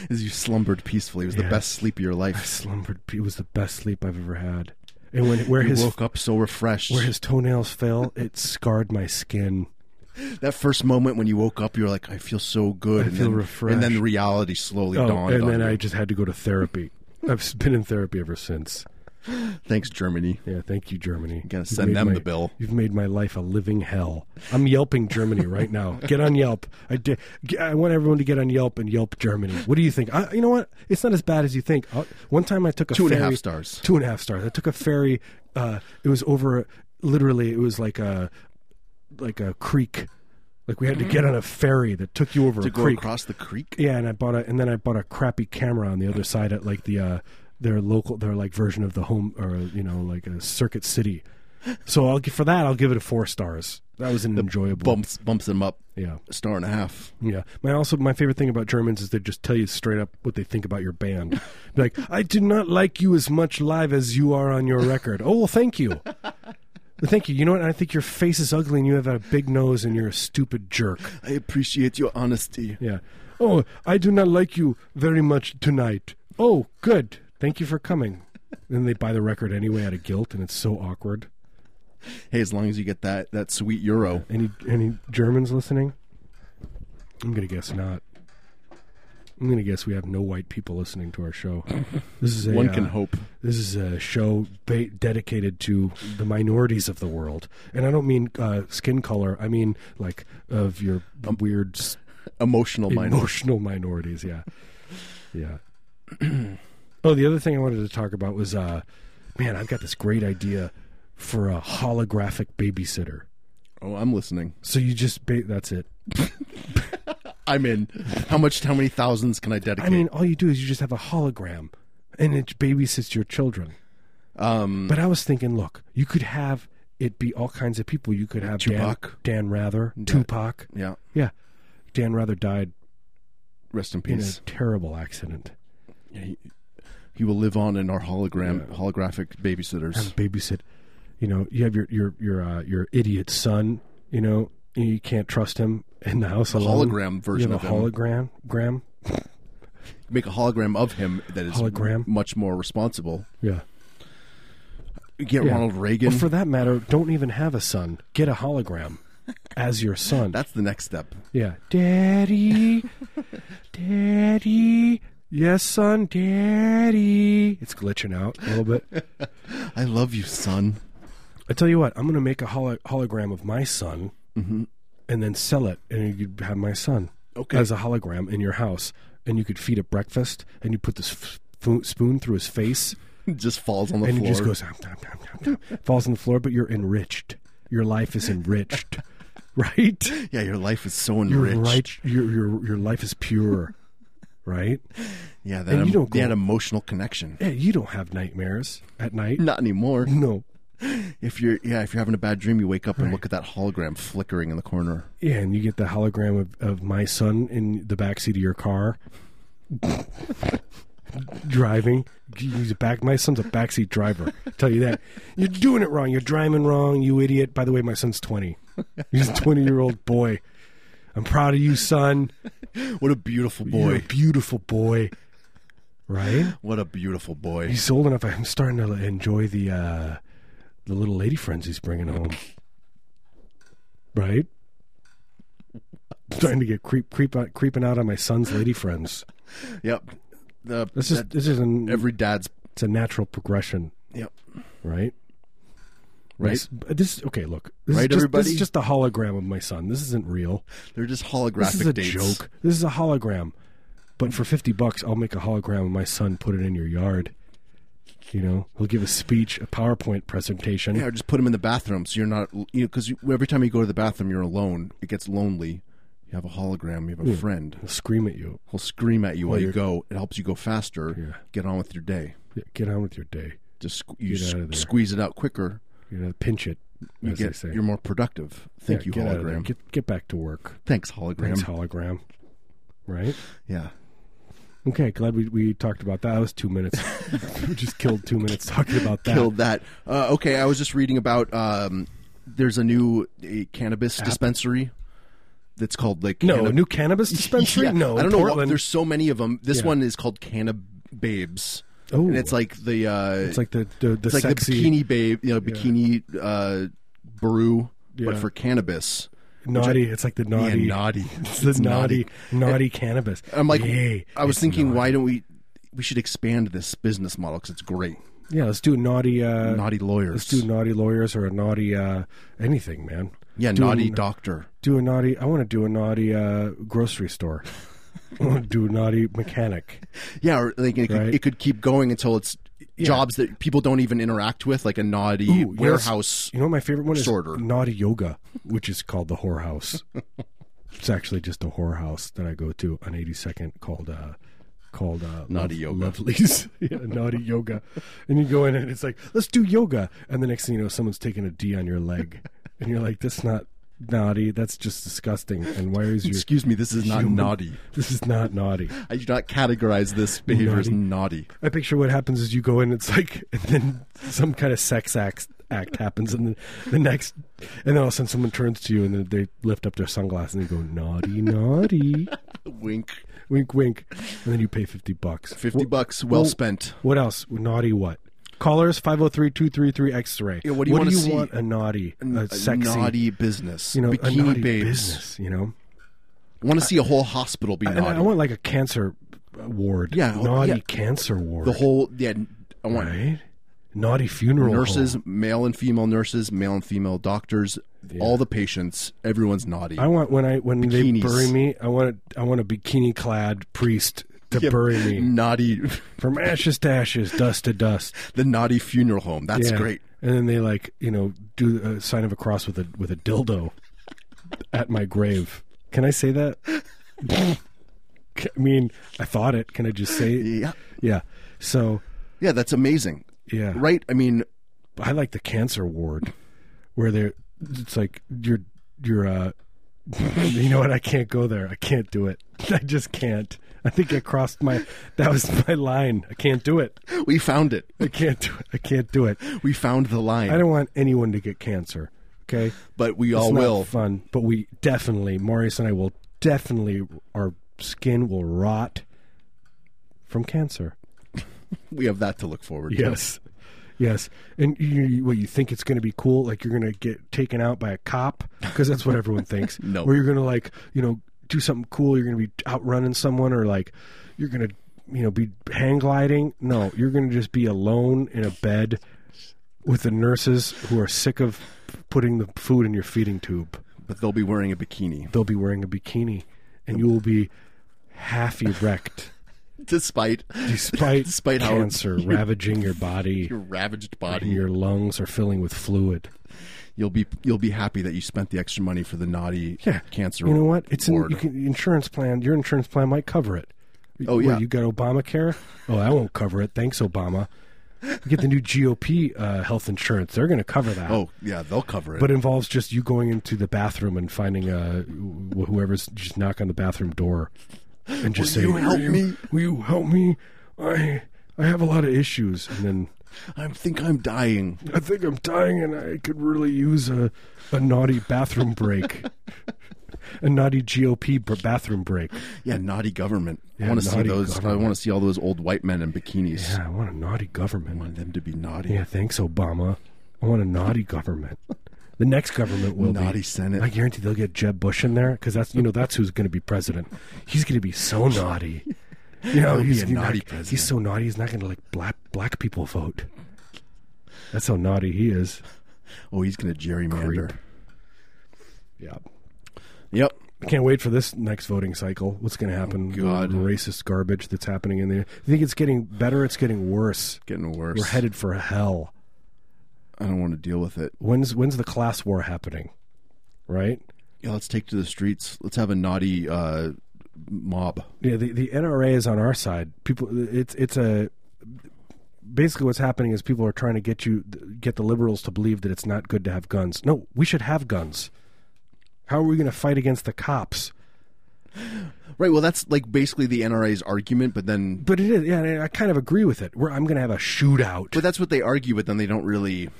As you slumbered peacefully, it was
Yeah.
the best sleep of your life.
Slumbered. It was the best sleep I've ever had. And when where his
Woke up so refreshed.
where his toenails fell, it scarred my skin.
that first moment when you woke up, you were like, "I feel so good." and
feel
then,
refreshed.
And then reality slowly
Oh,
dawned
and
on
then
you.
I just had to go to therapy. I've s- been in therapy ever since.
Thanks, Germany.
Yeah, thank you, Germany.
gotta
You've
send
made
them
my-
the bill.
You've made my life a living hell. I'm yelping Germany right now. Get on Yelp. I, di- g- I want everyone to get on Yelp and Yelp Germany. What do you think? I, you know what? It's not as bad as you think. Uh, one time I took a
Two and a
ferry,
half stars.
Two and a half stars. I took a ferry. Uh, it was over. Literally, it was like a like a creek. Like we had to get on a ferry that took you over
Mm. To
a
go
creek.
across the creek.
Yeah, and I bought a, and then I bought a crappy camera on the other side at like the uh, their local their like version of the home or you know like a Circuit City. So I'll gi- for that I'll give it a four stars. That was an enjoyable.
Bumps bumps them up
Yeah,
a star and a half.
yeah. My also my favorite thing about Germans is they just tell you straight up what they think about your band. Be like, I do not like you as much live as you are on your record. oh well, thank you. Well, Thank you. You know what? I think your face is ugly and you have a big nose and you're a stupid jerk.
I appreciate your honesty.
Yeah. Oh, I do not like you very much tonight. Oh, good. Thank you for coming. Then they buy the record anyway out of guilt, and it's so awkward.
Hey, as long as you get that that sweet euro.
Any any Germans listening? I'm gonna guess not. I'm gonna guess we have no white people listening to our show. This is a,
One can
uh,
hope.
This is a show ba- dedicated to the minorities of the world, and I don't mean uh, skin color. I mean like of your
Um,
weird s-
Emotional minor.
emotional minorities. Yeah, yeah. oh, the other thing I wanted to talk about was, uh, man, I've got this great idea for a holographic babysitter.
Oh, I'm listening.
So you just ba- that's it.
I'm in. How much? How many thousands can I dedicate?
I mean, all you do is you just have a hologram, and it babysits your children.
um,
But I was thinking, look, you could have it be all kinds of people. You could have
Tupac.
Dan, Dan Rather, Tupac.
yeah.
Yeah, Dan Rather died
Rest in
in
peace.
a terrible accident.
Yeah, he, he will live on in our hologram, holographic babysitters.
have a babysit. You know, you have your your your uh, your idiot son. You know, and you can't trust him in the house alone.
hologram version
you
of
have a
him.
hologram. Gram.
Make a hologram of him that is
Hologram?
much more responsible.
Yeah.
Get
Yeah.
Ronald Reagan.
Or for that matter, don't even have a son. Get a hologram as your son.
That's the next step.
yeah. Daddy, daddy. Yes, son, daddy. It's glitching out a little bit.
I love you, son.
I tell you what, I'm going to make a holo- hologram of my son and then sell it, and you could have my son
Mm-hmm. Okay.
as a hologram in your house, and you could feed it breakfast, and you put this f- fo- spoon through his face,
Just falls on the
and
floor.
he just goes, nom, nom, nom, nom, nom, falls on the floor, but you're enriched. Your life is enriched, right?
yeah, your life is so
Your
enriched.
right, your your your life is pure, right?
Yeah, that,
And you
em-
don't go-
that emotional connection.
Yeah, you don't have nightmares at night.
Not anymore.
No,
If you're yeah, if you're having a bad dream, you wake up and look at that hologram flickering in the corner.
Yeah, and you get the hologram of, of my son in the backseat of your car driving. He's a back my son's a backseat driver. Tell you that. You're doing it wrong. You're driving wrong, you idiot. By the way, my son's twenty. He's a twenty year old boy. I'm proud of you, son.
What a beautiful
You're a
boy.
beautiful boy. Right?
What a beautiful boy.
He's old enough. I'm starting to enjoy the uh, the little lady friends he's bringing home. Right? Starting to get creep creep out, creeping out on my son's lady friends.
Yep. The,
This is
that-
this is an
every dad's.
it's a natural progression,
Yep.
right?
Right.
This, uh, this okay. Look, this
Right,
is just,
everybody?
This is just a hologram of my son. This isn't real.
They're just holographic
This is a
dates.
joke. This is a hologram. But for fifty bucks, I'll make a hologram of my son. Put it in your yard. You know, he'll give a speech, a PowerPoint presentation.
Yeah, or just put them in the bathroom so you're not, you know, because every time you go to the bathroom, you're alone. It gets lonely. You have a hologram, you have a friend.
He'll scream at you.
He'll scream at you while you
you're-
go. It helps you go faster.
Yeah.
Get on with your day.
Get on with your day.
Just squ- you
Get
s-
out of there.
squeeze it out quicker.
You know, pinch it.
You
as they
get,
say.
you're more productive. Thank
Yeah,
you,
get out of there.
hologram.
Get get back to work.
Thanks, hologram.
Thanks, hologram. Right.
yeah.
Okay. Glad we, we talked about that. That was two minutes. we just killed two minutes talking about that.
Killed that. Uh, okay, I was just reading about um, there's a new uh, cannabis dispensary that's called like
no,
Canna-
new cannabis dispensary.
Yeah,
No,
I don't know.
Portland.
What, there's so many of them. This
Yeah.
one is called Cannababes.
Oh.
and it's like the uh,
it's like the the, the
like
sexy
the bikini babe, you know, bikini uh, brew, but
Yeah.
for cannabis.
naughty. it's like the
Yeah,
naughty.
naughty.
It's the naughty naughty cannabis.
I'm like,
Yay,
I was
it's
thinking,
naughty.
why don't we? We should expand this business model because it's great.
Yeah, let's do naughty. Uh,
Naughty lawyers.
Let's do naughty lawyers or a naughty uh, anything, man.
yeah,
Do a
naughty doctor.
do a naughty i want to do a naughty uh, grocery store i want to do a naughty mechanic
Yeah, or like it, could,
Right.
it could keep going until it's jobs that people don't even interact with, like a naughty
Ooh, yes.
warehouse.
you know what my favorite one is
Sorter.
naughty yoga which is called the whorehouse it's actually just a whorehouse that i go to on 82nd called uh called uh,
Naughty yoga.
lovelies yeah naughty yoga and you go in and it's like let's do yoga and the next thing you know someone's taking a d on your leg and you're like that's not naughty. That's just disgusting. And where is your?
Excuse me, this is not
human-
naughty.
This is not naughty.
I do not categorize this behavior as naughty.
I picture what happens is you go in, it's like, and then some kind of sex act, act happens, and then the next, and then all of a sudden someone turns to you and then they lift up their sunglasses and they go, naughty, naughty,
Wink.
wink, wink. And then you pay 50 bucks.
50
Wh-
bucks, well
well-
spent.
What else? Naughty what? Callers 503 233 X ray.
Yeah, what do you wanna see?
want? A naughty, a,
A
sexy,
naughty business.
you know, a
Bikini
naughty
babes.
business, you know?
want to see a whole hospital be
And
naughty.
I want like a cancer ward.
Yeah, oh,
Naughty
yeah.
cancer ward.
the whole, yeah, I want
Right? Naughty funeral. home.
nurses, male and female nurses, male and female doctors, all the patients, everyone's naughty.
I want when I when they
Bikinis.
bury me, I want I want a bikini clad priest to
Yeah, Mm.
bury me
Naughty,
from ashes to ashes, dust to dust.
the naughty funeral home. That's
Yeah.
great.
And then they like you know do a sign of a cross with a with a dildo at my grave. Can I say that? I mean, I thought it. Can I just say? it?
Yeah.
Yeah. So
Yeah, that's amazing.
yeah,
Right? I mean,
I like the cancer ward where they're it's like you're you're uh you know what I can't go there. I can't do it. I just can't. I think I crossed my that was my line. I can't do it.
we found it.
I can't do it. I can't do it.
We found the
I
line,
don't want anyone to get cancer. Okay?
but we
It's
all
not
will.
fun, but we definitely Maurice and I will definitely our skin will rot from cancer.
We have that to look forward to.
Yes. Yes. And you, you, what you think it's going to be cool, like you're going to get taken out by a cop because that's what everyone thinks.
No.
Or you're going to like, you know, do something cool, you're going to be outrunning someone or like you're going to, you know, be hang gliding. No, you're going to just be alone in a bed with the nurses who are sick of putting the food in your feeding tube.
But they'll be wearing a bikini,
They'll be wearing a bikini and you will be half erect
despite
despite,
Despite how-
cancer ravaging your body.
your ravaged
and
body.
your lungs are filling with fluid.
You'll be you'll be happy that you spent the extra money for the naughty cancer.
You know what? It's in,
ward.
you can, insurance plan. Your insurance plan might cover it.
Oh,
What,
yeah.
you got Obamacare. Oh, that won't cover it. Thanks, Obama. You get the new GOP uh, health insurance. They're going to cover that.
Oh yeah, they'll cover it.
But it involves just you going into the bathroom and finding uh, wh- whoever's just knock on the bathroom door and just
Will
say,
you help
will you,
me?"
Will you help me? I I have a lot of issues, and then
I think I'm dying.
I think I'm dying and I could really use a, a naughty bathroom break. a naughty GOP b- bathroom break.
Yeah, naughty government. I
Yeah,
want to see
naughty
those. I
government.
want to see all those old white men in bikinis.
Yeah, I want a naughty government.
I want them to be naughty.
Yeah, thanks, Obama. I want a naughty government. The next government will be-
Naughty Senate.
I guarantee they'll get Jeb Bush in there because that's you know that's who's going to be president. He's going to be so naughty. You know,
He'll be
he's
a
not-
naughty
He's
president.
so naughty. He's not going to let black black people vote. That's how naughty he is.
Oh, he's gonna gerrymander.
Creep. Yeah.
Yep.
I can't wait for this next voting cycle. What's going to happen?
God.
The racist garbage that's happening in there. I think it's getting better. It's getting worse.
Getting worse.
We're headed for hell.
I don't want to deal with it.
When's when's the class war happening? Right?
Yeah, let's take to the streets. Let's have a naughty uh, mob.
Yeah. The, the NRA is on our side. People. It's it's a basically what's happening is people are trying to get you get the liberals to believe that it's not good to have guns. No, we should have guns. How are we going to fight against the cops?
Right. Well, that's like basically the NRA's argument, but then,
But it is. Yeah, I kind of agree with it. Where I'm going to have a shootout.
but that's what they argue. But then they don't really.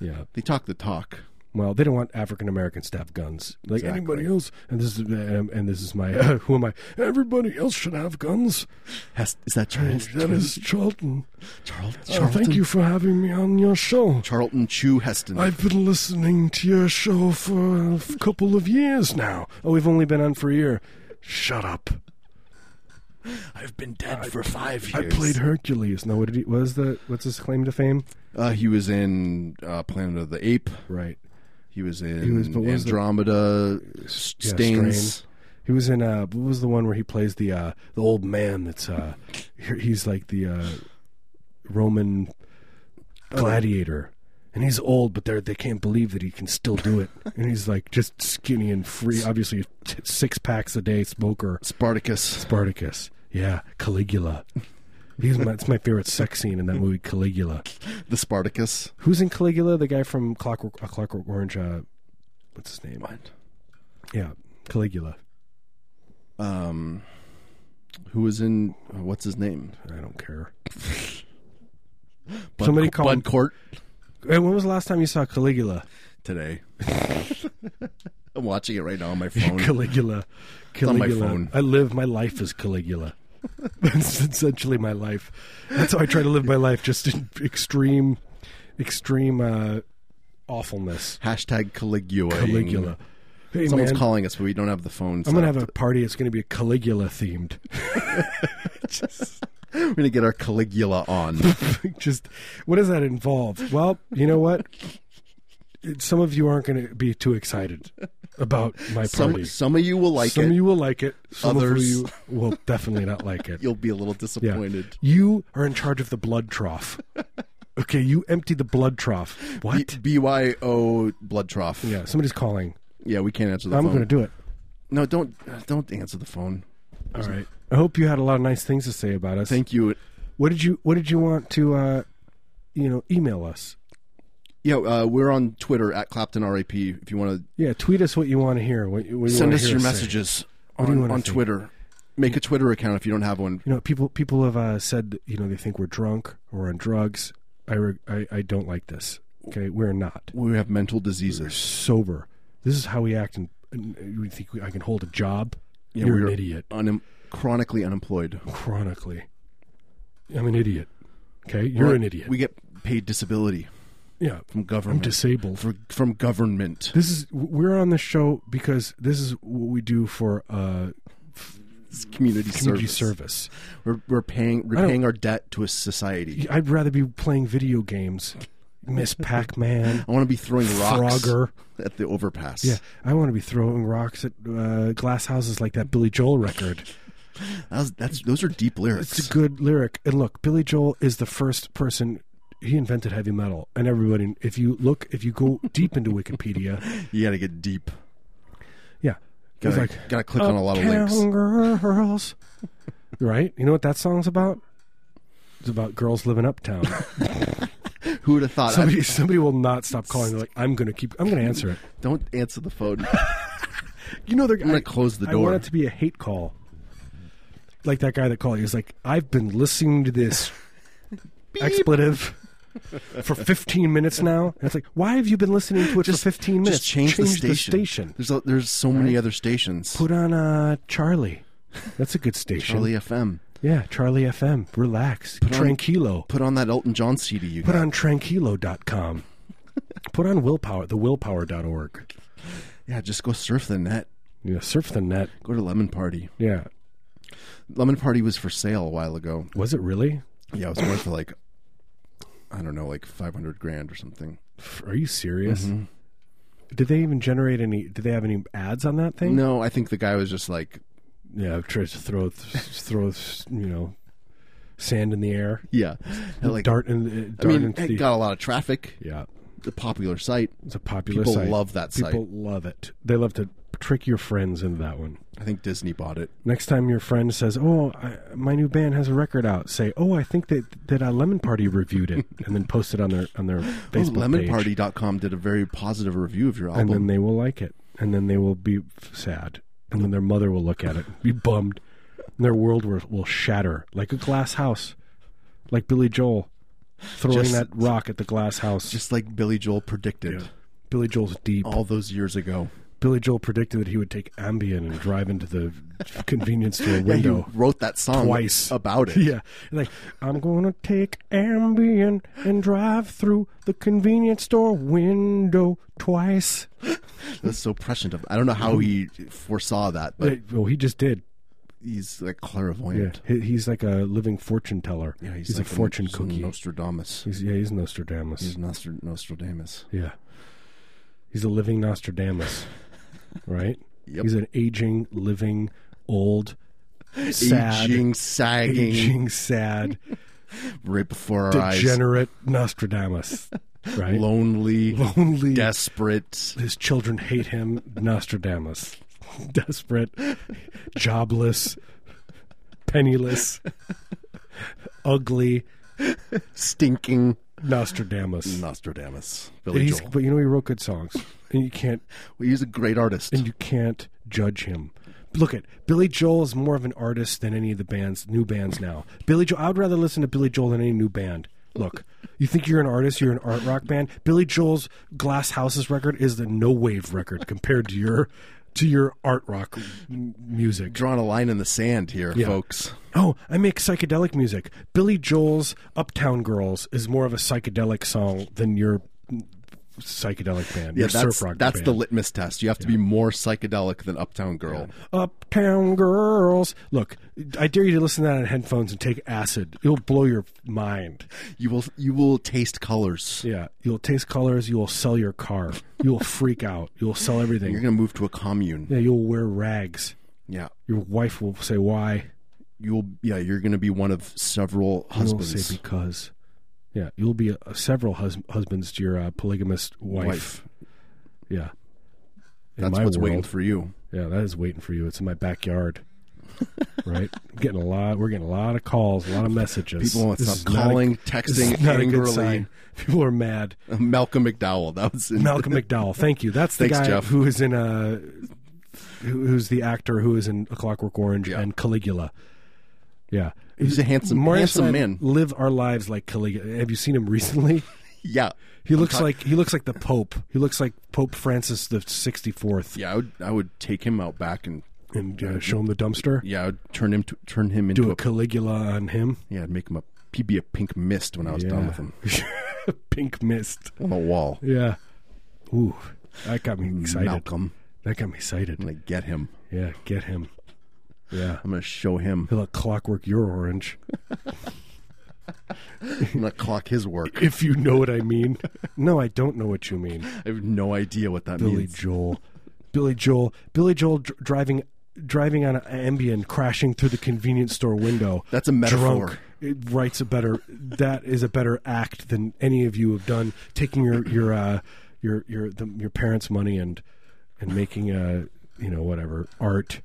yeah.
They talk the talk.
Well, they don't want African Americans to have guns like
Exactly.
anybody else. And this is um, and this is my uh, who am I? Everybody else should have guns.
Has, is that Charles?
That is Charlton.
Charles
Uh,
Charlton,
thank you for having me on your show.
Charlton Chew Heston.
I've been listening to your show for a f- couple of years now. Oh, we've only been on for a year. Shut up.
I've been dead for five
I played Hercules. No, what did he? What is the? What's his claim to fame?
Uh, he was in uh, Planet of the Ape.
Right.
He was in
was- but what was the-
Andromeda.
Yeah,
Stains.
Strain. He was in uh, what was the one where he plays the uh, the old man? That's uh, he- he's like the uh, Roman
Oh,
gladiator, and he's old, but they they can't believe that he can still do it. And he's like just skinny and free, obviously t- six packs a day smoker.
Spartacus.
Spartacus, yeah, Caligula. He's my, it's my favorite sex scene in that movie, Caligula.
The Spartacus.
Who's in Caligula? The guy from Clockwork, uh, Clockwork Orange, uh, what's his name?
What?
Yeah, Caligula.
Um, who was in uh, what's his name?
I don't care.
Bud
Somebody
Co-
call him-
Bud Court
Hey, when was the last time you saw Caligula?
today. I'm watching it right now on my phone.
Caligula.
on
Caligula.
my phone.
I live my life as Caligula. That's essentially my life. That's how I try to live my life, just in extreme, extreme uh, awfulness.
Hashtag Caligula.
Caligula. Hey,
Someone's
man,
calling us, but we don't have the phone.
I'm gonna have a party. It's gonna be Caligula themed.
We're gonna get our Caligula on.
just what does that involve? Well, you know what? It- Some of you aren't going to be too excited about my
some
party.
some of you will like
Some
it.
of
You-
you will like it. Some
Others-
of you will definitely not like it.
will be a little
Yeah.
disappointed.
You are in charge of the blood trough. Okay, you empty the blood trough. What?
B- BYO blood trough.
yeah, somebody's calling.
Yeah, we can't answer the
I'm
phone.
going to do it.
No, don't uh, don't answer the phone.
All right. I hope you had a lot of nice things to say about us.
Thank you.
what did you What did you want to, uh, you know, email us?
Yeah, uh, we're on Twitter at Clapton RAP. If you want
Yeah, tweet us what you want to hear. What, you- what
to
you
send
wanna
us
hear
your
say.
messages
do you
on,
wanna
on
think?
Twitter, make a Twitter account if you don't have one.
You know, people people have uh, said that, you know they think we're drunk or on drugs. I, re- I I don't like this. Okay, we're not
We have mental diseases.
sober. This is how we act, and, and you think I can hold a job?
Yeah,
You're
we're-
an idiot.
Unem- chronically unemployed.
Chronically, I'm an idiot. Okay, you're
We're-
an idiot.
We get paid disability
yeah,
from
I'm
government.
disabled.
for, from government.
This is we're on the show because this is what we do for uh,
It's community,
community
service.
service.
We're, we're paying
I
we're
don't-
paying our debt to a society.
I'd rather be playing video games, Miss Pac-Man,
I want to be throwing rocks
Frogger.
at the overpass.
Yeah, I want to be throwing rocks at uh, glass houses like that Billy Joel record.
That was- that's those are deep lyrics.
It's a good lyric. And look, Billy Joel is the first person he invented heavy metal. And everybody, if you look, if you go deep into Wikipedia,
you got to get deep.
yeah,
Got
he's
to
like "Oh,
got to click on a lot of links.
"Uptown Girls, right? You know what that song's about? It's about girls living uptown.
Who would have thought? I-
somebody, somebody will not stop calling. They're like, I'm going to keep. I'm going to answer it.
don't answer the phone.
You know, they're
I'm gonna close the
I want
door.
it to be a hate call. Like that guy that called. He was like, I've been listening to this expletive for 15 minutes now. And it's like, why have you been listening to it for 15 minutes?
Just change, the station. There's a, there's so many other stations.
Put on uh, Charlie. That's a good station.
Charlie FM.
Yeah, Charlie FM. Relax.
on-
Tranquilo.
Put on that Elton John CD you
Put
got.
on tranquilo.com. Put on willpower, the willpower.org.
yeah, just go surf the net.
Yeah, surf the net.
Go to Lemon Party.
Yeah.
Lemon Party was for sale a while ago.
Was it really?
Yeah, it was going for like I don't know, like five hundred grand or something.
Are you serious?
Mm-hmm.
Did they even generate any? Did they have any ads on that thing?
No, I think the guy was just like,
Yeah, I've tried to throw, th- throw, th- you know, sand in the air,
yeah, like
dart in, uh,
I
dart
mean,
into
it
the.
got a lot of traffic.
yeah,
The popular site.
it's a popular
People
site.
love that site.
People love it. They love to trick your friends into that one.
I think Disney bought it.
Next time your friend says, "Oh, I, my new band has a record out," say, "Oh, I think that that uh, Lemon Party reviewed it," and then post it on their on their
Oh,
Facebook page,
LemonParty.com did a very positive review of your
and then
album.
they will like it, and then they will be f- sad, and then their mother will look at it, and be bummed, and their world will, will shatter like a glass house, like Billy Joel throwing
Just-
that rock at the glass house.
just like Billy Joel predicted
Billy Joel's deep.
all those years ago.
Billy Joel predicted that he would take Ambien and drive into the convenience store
Yeah, he
window.
wrote that song
Twice.
about it.
Yeah, like I'm gonna take Ambien and drive through the convenience store window twice.
That's so prescient of. I don't know how he foresaw that, but
Like, well, he just did.
he's like
Yeah,
clairvoyant.
he, he's like a living fortune teller. he's,
like
a fortune
he's
cookie.
Nostradamus.
he's, yeah, he's Nostradamus.
He's Nostr- Nostradamus.
yeah, he's a living Nostradamus, right?
Yep.
He's an aging, living, old, sad,
Aging, sagging,
aging, sad,
right before our
degenerate Nostradamus, right?
eyes. Lonely,
Lonely,
desperate.
his children hate him. Nostradamus, desperate, jobless, penniless, ugly.
stinking
Nostradamus.
Nostradamus.
But
Billy
he's,
Joel.
but you know he wrote good songs. and you can't
Well, he's a great artist.
and you can't judge him. Look at Billy Joel is more of an artist than any of the bands, new bands now. Billy Joel, I would rather listen to Billy Joel than any new band. Look, you think you're an artist, you're an art rock band. Billy Joel's Glass Houses record is the no wave record compared to your to your art rock m- music.
Drawing a line in the sand here, folks.
Oh, I make psychedelic music. Billy Joel's Uptown Girls is more of a psychedelic song than your psychedelic band.
Yeah,
your
that's,
surf rock
that's
band.
the litmus test. You have to be more psychedelic than Uptown Girl.
Uptown Girls. Look, I dare you to listen to that on headphones and take acid. It'll blow your mind.
You will you will taste colors.
Yeah, you'll taste colors. You'll sell your car. You'll freak out. You'll sell
You're
everything.
going to move to a commune.
Yeah, you'll wear rags.
Yeah.
Your wife will say why.
You'll yeah, you're going to be one of several
You'll
husbands.
say because. Yeah, you'll be uh, several hus- husbands to your uh, polygamous wife.
Wife.
Yeah, In
That's
my
what's waiting
world.
for you.
Yeah, that is waiting for you. It's in my backyard. right, I'm getting a lot. We're getting a lot of calls, a lot of messages.
People want to
This
stop
is not a-
calling,
This is
texting
not a good
angrily.
sign. People are mad.
Malcolm McDowell. That was in,
Malcolm McDowell. Thank you. That's the
Thanks,
guy
Jeff.
who is in a who- who's the actor who is in A Clockwork Orange
Yeah.
and Caligula. Yeah,
He's a handsome-
Marius
handsome
and I
man.
Live our lives like Caligula. Have you seen him recently?
Yeah.
He looks like he looks like the Pope. He looks like Pope Francis the sixty fourth.
Yeah, I would I would take him out back and
And uh, show him the dumpster.
yeah, I would turn him to, turn him into
Do
a
a Caligula on him.
yeah, I'd make him a he'd be a pink mist when I was done with him
Pink mist.
on the wall.
Yeah. Ooh, that got me excited.
Malcolm,
That got me excited.
I'm gonna get him.
Yeah, get him. Yeah.
I'm gonna show him.
He'll clockwork your orange.
I'm gonna clock his work.
If you know what I mean. No, I don't know what you mean.
I have no idea what that
Billy
means.
Joel. Billy Joel. Billy Joel dr- driving driving on an Ambien, crashing through the convenience store window.
That's a metaphor.
Drunk. It writes a better. That is a better act than any of you have done. Taking your your uh, your your the, your parents' money and and making a you know whatever art.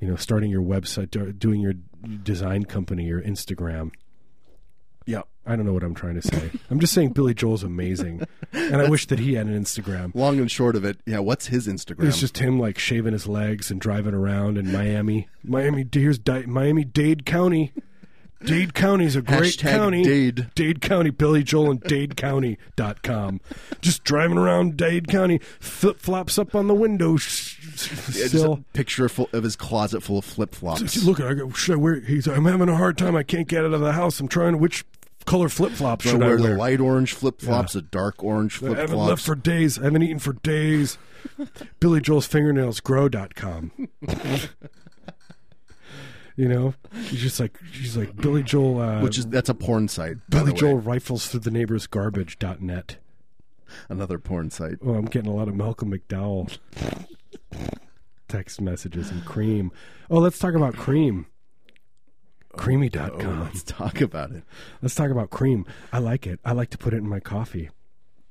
You know, starting your website, do- doing your design company, your Instagram.
Yeah,
I don't know what I'm trying to say. I'm just saying Billy Joel's amazing, and I wish that he had an Instagram.
long and short of it. Yeah, what's his Instagram?
It's just him like shaving his legs and driving around in Miami. Miami, here's Di- Miami Dade County. Dade County's a great
Hashtag
county.
Dade.
Dade County, Billy Joel and DadeCounty.com. Just driving around Dade County, flip flops up on the window s- s-
Yeah, just
sill.
a picture full of his closet full of flip
Just
flops.
Look, I go, should I wear? He's, I'm having a hard time. I can't get out of the house. I'm trying. Which color flip flops
I
should I
wear
wear?
the light orange flip flops, the dark orange
I
flip
haven't left
flops.
for days. I haven't eaten for days. Billy Joel's fingernails grow.com. you know, he's just like, she's like, Billy Joel, uh,
Which is that's a porn site. by
Billy
the way.
Joel rifles through the neighbor's garbage.net.
another porn site.
Oh, I'm getting a lot of Malcolm McDowell text messages and cream. Oh, let's talk about cream. Creamy.com.
Oh, let's talk about it.
Let's talk about cream. I like it. I like to put it in my coffee.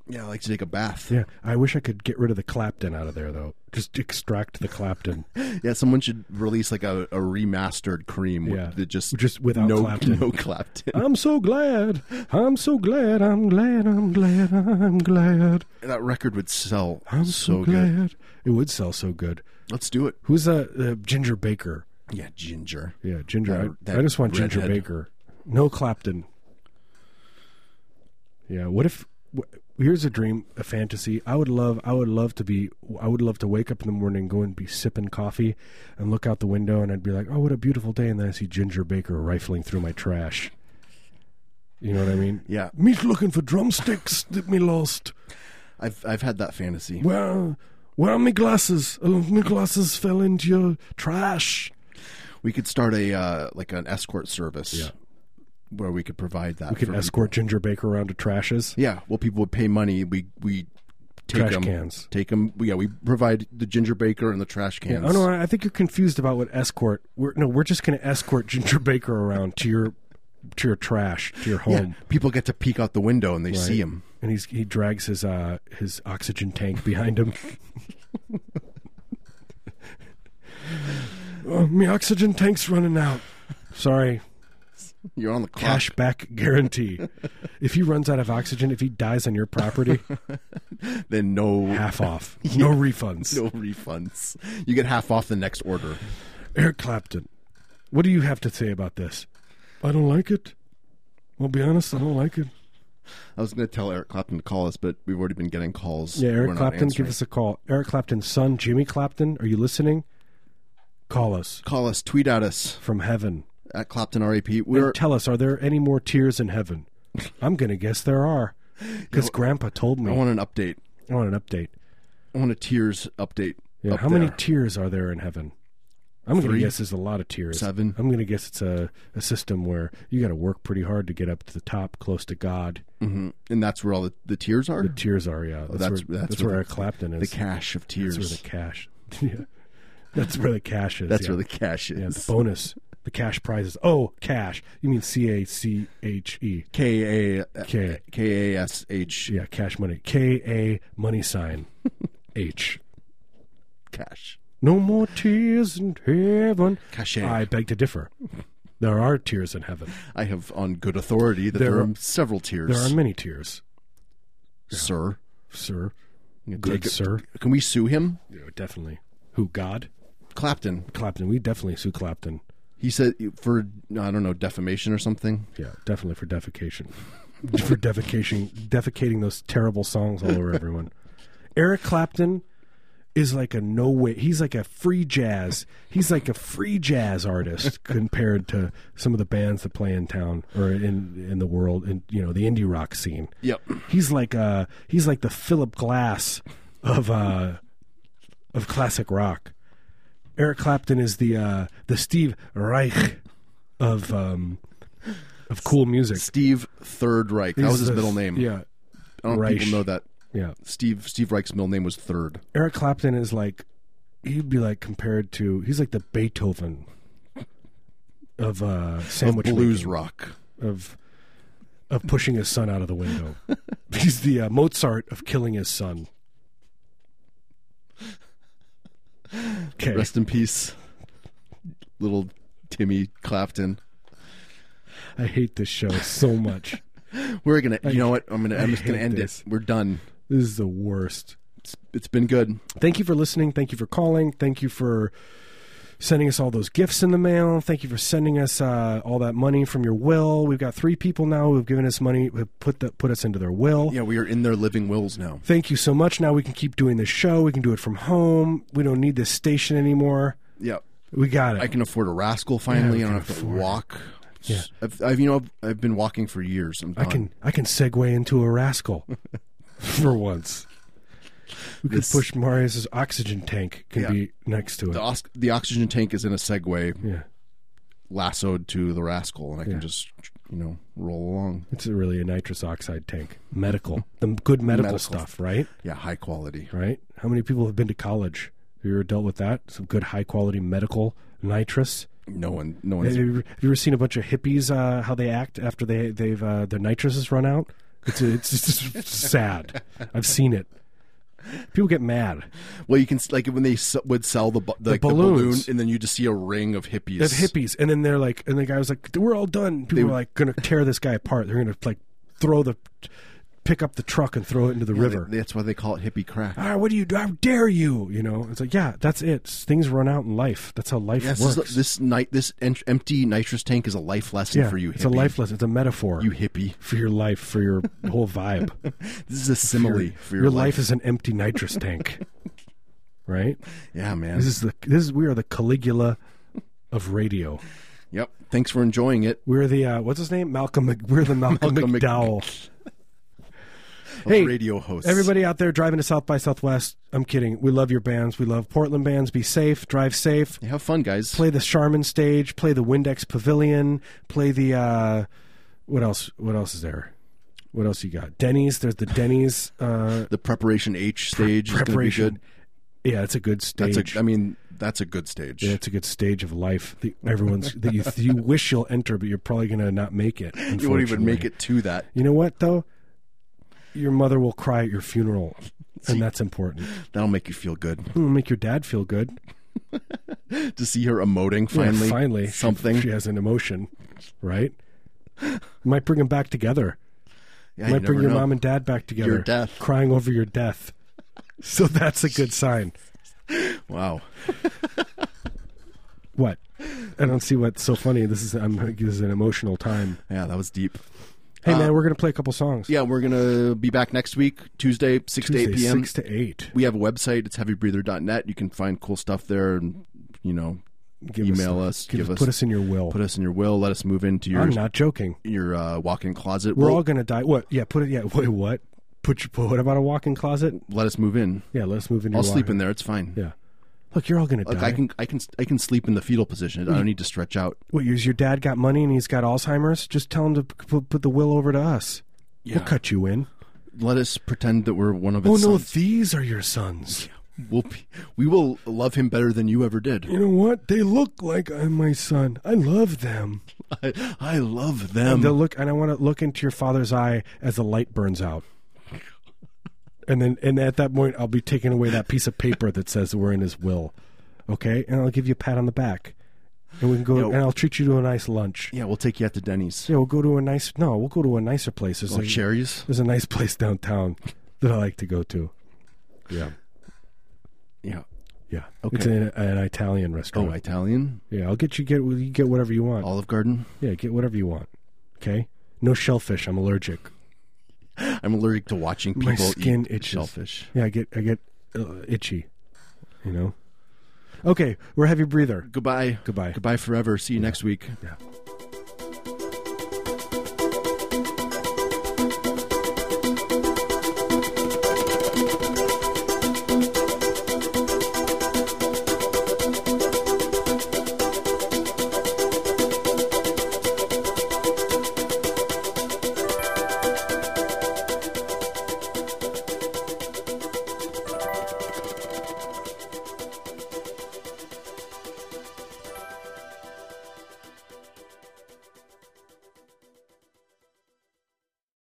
Yeah, I like to take a bath.
Yeah, I wish I could get rid of the Clapton out of there though. Just extract the Clapton.
Yeah, someone should release like a, a remastered cream with-
Yeah.
that just
Just without
no
Clapton.
no Clapton.
I'm so glad. I'm so glad. I'm glad. I'm glad. I'm glad.
that record would sell
I'm
so
so,
good.
glad. It would sell so good.
Let's do it.
Who's that? Uh, Ginger Baker.
Yeah, Ginger.
Yeah, Ginger.
That-
I, I
that
just want Ginger
redhead.
Baker. No Clapton. Yeah. What if? wh- Here's a dream, a fantasy. I would love, I would love to be, I would love to wake up in the morning, go and be sipping coffee, and look out the window, and I'd be like, "Oh, what a beautiful day!" And then I see Ginger Baker rifling through my trash. You know what I mean?
Yeah,
Me's looking for drumsticks that me lost.
I've I've had that fantasy.
Where, where are my glasses? Oh, my glasses fell into your trash.
We could start a uh, like an escort service where we could provide that.
We could
for
escort Ginger Baker around to trashes.
people. Yeah, well, people would pay money. We we take
Trash
them,
cans.
take them. Yeah, we provide the ginger baker and the trash cans.
Oh no, I I think you're confused about what escort. We're no, we're just going to escort Ginger Baker around to your to your trash, to your
yeah,
home.
people get to peek out the window and they see him.
And he's he drags his uh his oxygen tank behind him. oh, my oxygen tank's running out. Sorry.
You're on the clock.
Cash back guarantee. if he runs out of oxygen, if he dies on your property,
Then no
half off. No refunds.
no refunds. You get half off the next order.
Eric Clapton, what do you have to say about this? I don't like it. I'll be honest, I don't like it.
I was going to tell Eric Clapton to call us, but we've already been getting calls.
Yeah,
We're
Eric
not
Clapton, give
answering.
us a call. Eric Clapton's son, Jimmy Clapton, are you listening? Call us
call us, tweet at us
from heaven.
at Clapton RAP. We're
Tell us, are there any more tears in heaven? I'm going to guess there are. Because Grandpa told me.
I want an update.
I want an update.
I want a tears update.
Yeah,
up
how many
there.
tiers are there in heaven? I'm going to
Three?
guess there's a lot of tiers.
Seven?
I'm going to guess it's a, a system where you got to work pretty hard to get up to the top, close to God.
Mhm. And that's where all the, the tears are?
The tiers are, yeah. That's,
that's-
where,
that's
that's,
where
where,
the-
Eric Clapton
the
is.
cache of
that's
tears.
where the cash. yeah. That's where the cash is.
That's
yeah.
where the cache
yeah, the
is.
bonus, the cash prizes. Oh, cash. You mean C A C H E?
K A
K.
K A S H
Yeah, cash money. K A money sign. H.
cache.
No more tears in heaven.
Cache.
I beg to differ. There are tears in heaven.
I have on good authority that there,
There
are,
are-
several tears,
There are many tears,
sir.
sir.
You
Good
take-
sir.
Can we sue him?
Yeah, definitely. Who? God?
Clapton.
Clapton. We definitely sue Clapton.
He said for I don't know defamation or something.
Yeah, definitely for defecation. for defecation, defecating those terrible songs all over everyone. Eric Clapton is like a no way. He's like a free jazz. He's like a free jazz artist compared to some of the bands that play in town or in in the world in you know the indie rock scene.
Yep.
He's like uh he's like the Philip Glass of uh of classic rock. Eric Clapton is the uh the Steve Reich of um of cool music.
Steve Third Reich. That was his
He's the-
middle name.
Yeah.
I don't think
Reich.
people know that.
Yeah.
Steve Steve Reich's middle name was Third.
Eric Clapton is like he'd be like compared to he's like the Beethoven of uh sandwich
Blues rock.
making, of of pushing his son out of the window. he's the uh, Mozart of killing his son. Okay.
Rest in peace, little Timmy Clapton.
I hate this show so much.
We're gonna. You know what? I'm gonna. I'm just gonna
hate
end
this.
it. We're done.
This is the worst.
It's, it's been good.
Thank you for listening. Thank you for calling. Thank you for sending us all those gifts in the mail. Thank you for sending us uh, all that money from your will. We've got three people now who have given us money, who have put that put us into their will.
Yeah, we are in their living wills now.
Thank you so much. Now we can keep doing this show. We can do it from home. We don't need this station anymore.
Yeah,
We got it.
I can afford a rascal finally.
Yeah,
I
we
don't
can
have to
afford it.
walk.
Yeah.
I've, I've you know I've, I've been walking for years. I'm
I
done.
can I can segue into a rascal for once. We could
This-
push Marius's oxygen tank can
Yeah.
be next to it.
the, os- the oxygen tank is in a Segway
yeah.
lassoed to the rascal, and I
Yeah.
can just you know roll along.
It's a really a nitrous oxide tank. Medical. The good medical,
Hmm. Medical.
stuff, right?
Yeah, high quality.
Right? How many people have been to college? Have you ever dealt with that? Some good high quality medical nitrous.
No one, no
Have
one's.
you, have you ever seen a bunch of hippies uh, how they act after they they've uh, their nitrous has run out? It's it's just sad. I've seen it. People get mad.
Well, you can s- like when they s- would sell the, bu- the, like, the balloon,
balloons.
and then you just see a ring of hippies.
They have hippies, and then they're like, and the guy was like, "We're all done." People were like, "Going to tear this guy apart." They're going to like throw the pick up the truck and throw it into the
They-
river.
that's why they call it hippie crack.
ah, what do you do? How dare you? You know, it's like, yeah, that's it. Things run out in life. That's how life
Yes,
works.
this, is- this night, this en- empty nitrous tank is a life lesson
yeah,
for you. Hippie.
it's a life lesson. It's a metaphor
You hippie.
for your life, for your whole vibe.
This is a simile
your,
for your,
your life. is an empty nitrous tank, right?
yeah, man.
This is the this is we are the Caligula of radio.
yep. Thanks for enjoying it.
We're the uh, what's his name? Malcolm. Mc, we're the Malcolm,
Malcolm Mc-
McDowell.
Of
Hey,
radio hosts.
Everybody out there driving to South by Southwest, I'm kidding. We love your bands. We love Portland bands. Be safe. Drive safe.
Yeah, have fun, guys.
play the Charmin stage, play the Windex Pavilion, play the uh, what else? What else is there? What else you got? Denny's. There's the Denny's uh,
the preparation H stage is
preparation.
going to be good.
Yeah, it's a good stage.
That's a, I mean, that's a good stage.
yeah, it's a good stage of life. The, everyone's that you, you wish you'll enter, but you're probably gonna not make it.
you won't even
unfortunately.
make it to that.
You know what though? Your mother will cry at your funeral, and that's important.
That'll make you feel good
It'll make your dad feel good.
to see her emoting
Yeah,
finally.
finally, she-
something.
She has an emotion, right? Might bring them back together.
Yeah, you
Might bring
never
your
know.
mom and dad back together.
death.
Crying over your death. So that's a good sign.
Wow.
What? I don't see what's so funny. This is I'm, this is an emotional time.
Yeah, that was deep.
Hey
Uh,
man, we're gonna play a couple songs.
Yeah, we're gonna be back next week, Tuesday, six to
Tuesday,
eight p.m.
six to eight.
We have a website. It's heavybreather.net. You can find cool stuff there, and you know,
Give
Email us, give us-
put us in your will.
put us in your will. Let us move into your
I'm not joking.
your uh, walk-in closet.
We're
Well,
all gonna die. What? Yeah, put it. Yeah, wait, what? Put your. What about a walk-in closet?
let us move in.
Yeah, let us move into.
I'll
your
sleep
walk-in.
in there. It's fine.
Yeah. Look, you're all gonna
Like
die.
I can, I can, I can sleep in the fetal position.
Hmm.
I don't need to stretch out.
What? Is your dad got money and he's got Alzheimer's? Just tell him to p- put, put the will over to us.
Yeah.
We'll cut you in.
Let us pretend that we're one of
Oh
his
no,
sons.
these are your sons.
We'll be, we will love him better than you ever did.
You know what? They look like I'm my son. I love them.
I, I love
And they'll
them.
look, and I want to look into your father's eye as the light burns out. And then, and at that point, I'll be taking away that piece of paper that says we're in his will. Okay, and I'll give you a pat on the back, and we can go,
Yo.
and I'll treat you to a nice lunch.
Yeah, we'll take you out to Denny's.
Yeah, we'll go to a nice. No, we'll go to a nicer place. There's,
Oh,
a,
cherries.
there's a nice place downtown that I like to go to. Yeah,
Yeah.
yeah.
Okay.
It's an, an Italian
Oh,
restaurant.
Italian.
Yeah, I'll get you get you get whatever you want.
Olive Garden.
Yeah, get whatever you want. Okay. No shellfish. I'm allergic.
I'm allergic to watching people
My skin
eat
itches.
shellfish.
Yeah, I get I get uh, itchy. You know. Okay, we're heavy breather.
Goodbye.
Goodbye.
Goodbye forever. See you next week.
Yeah.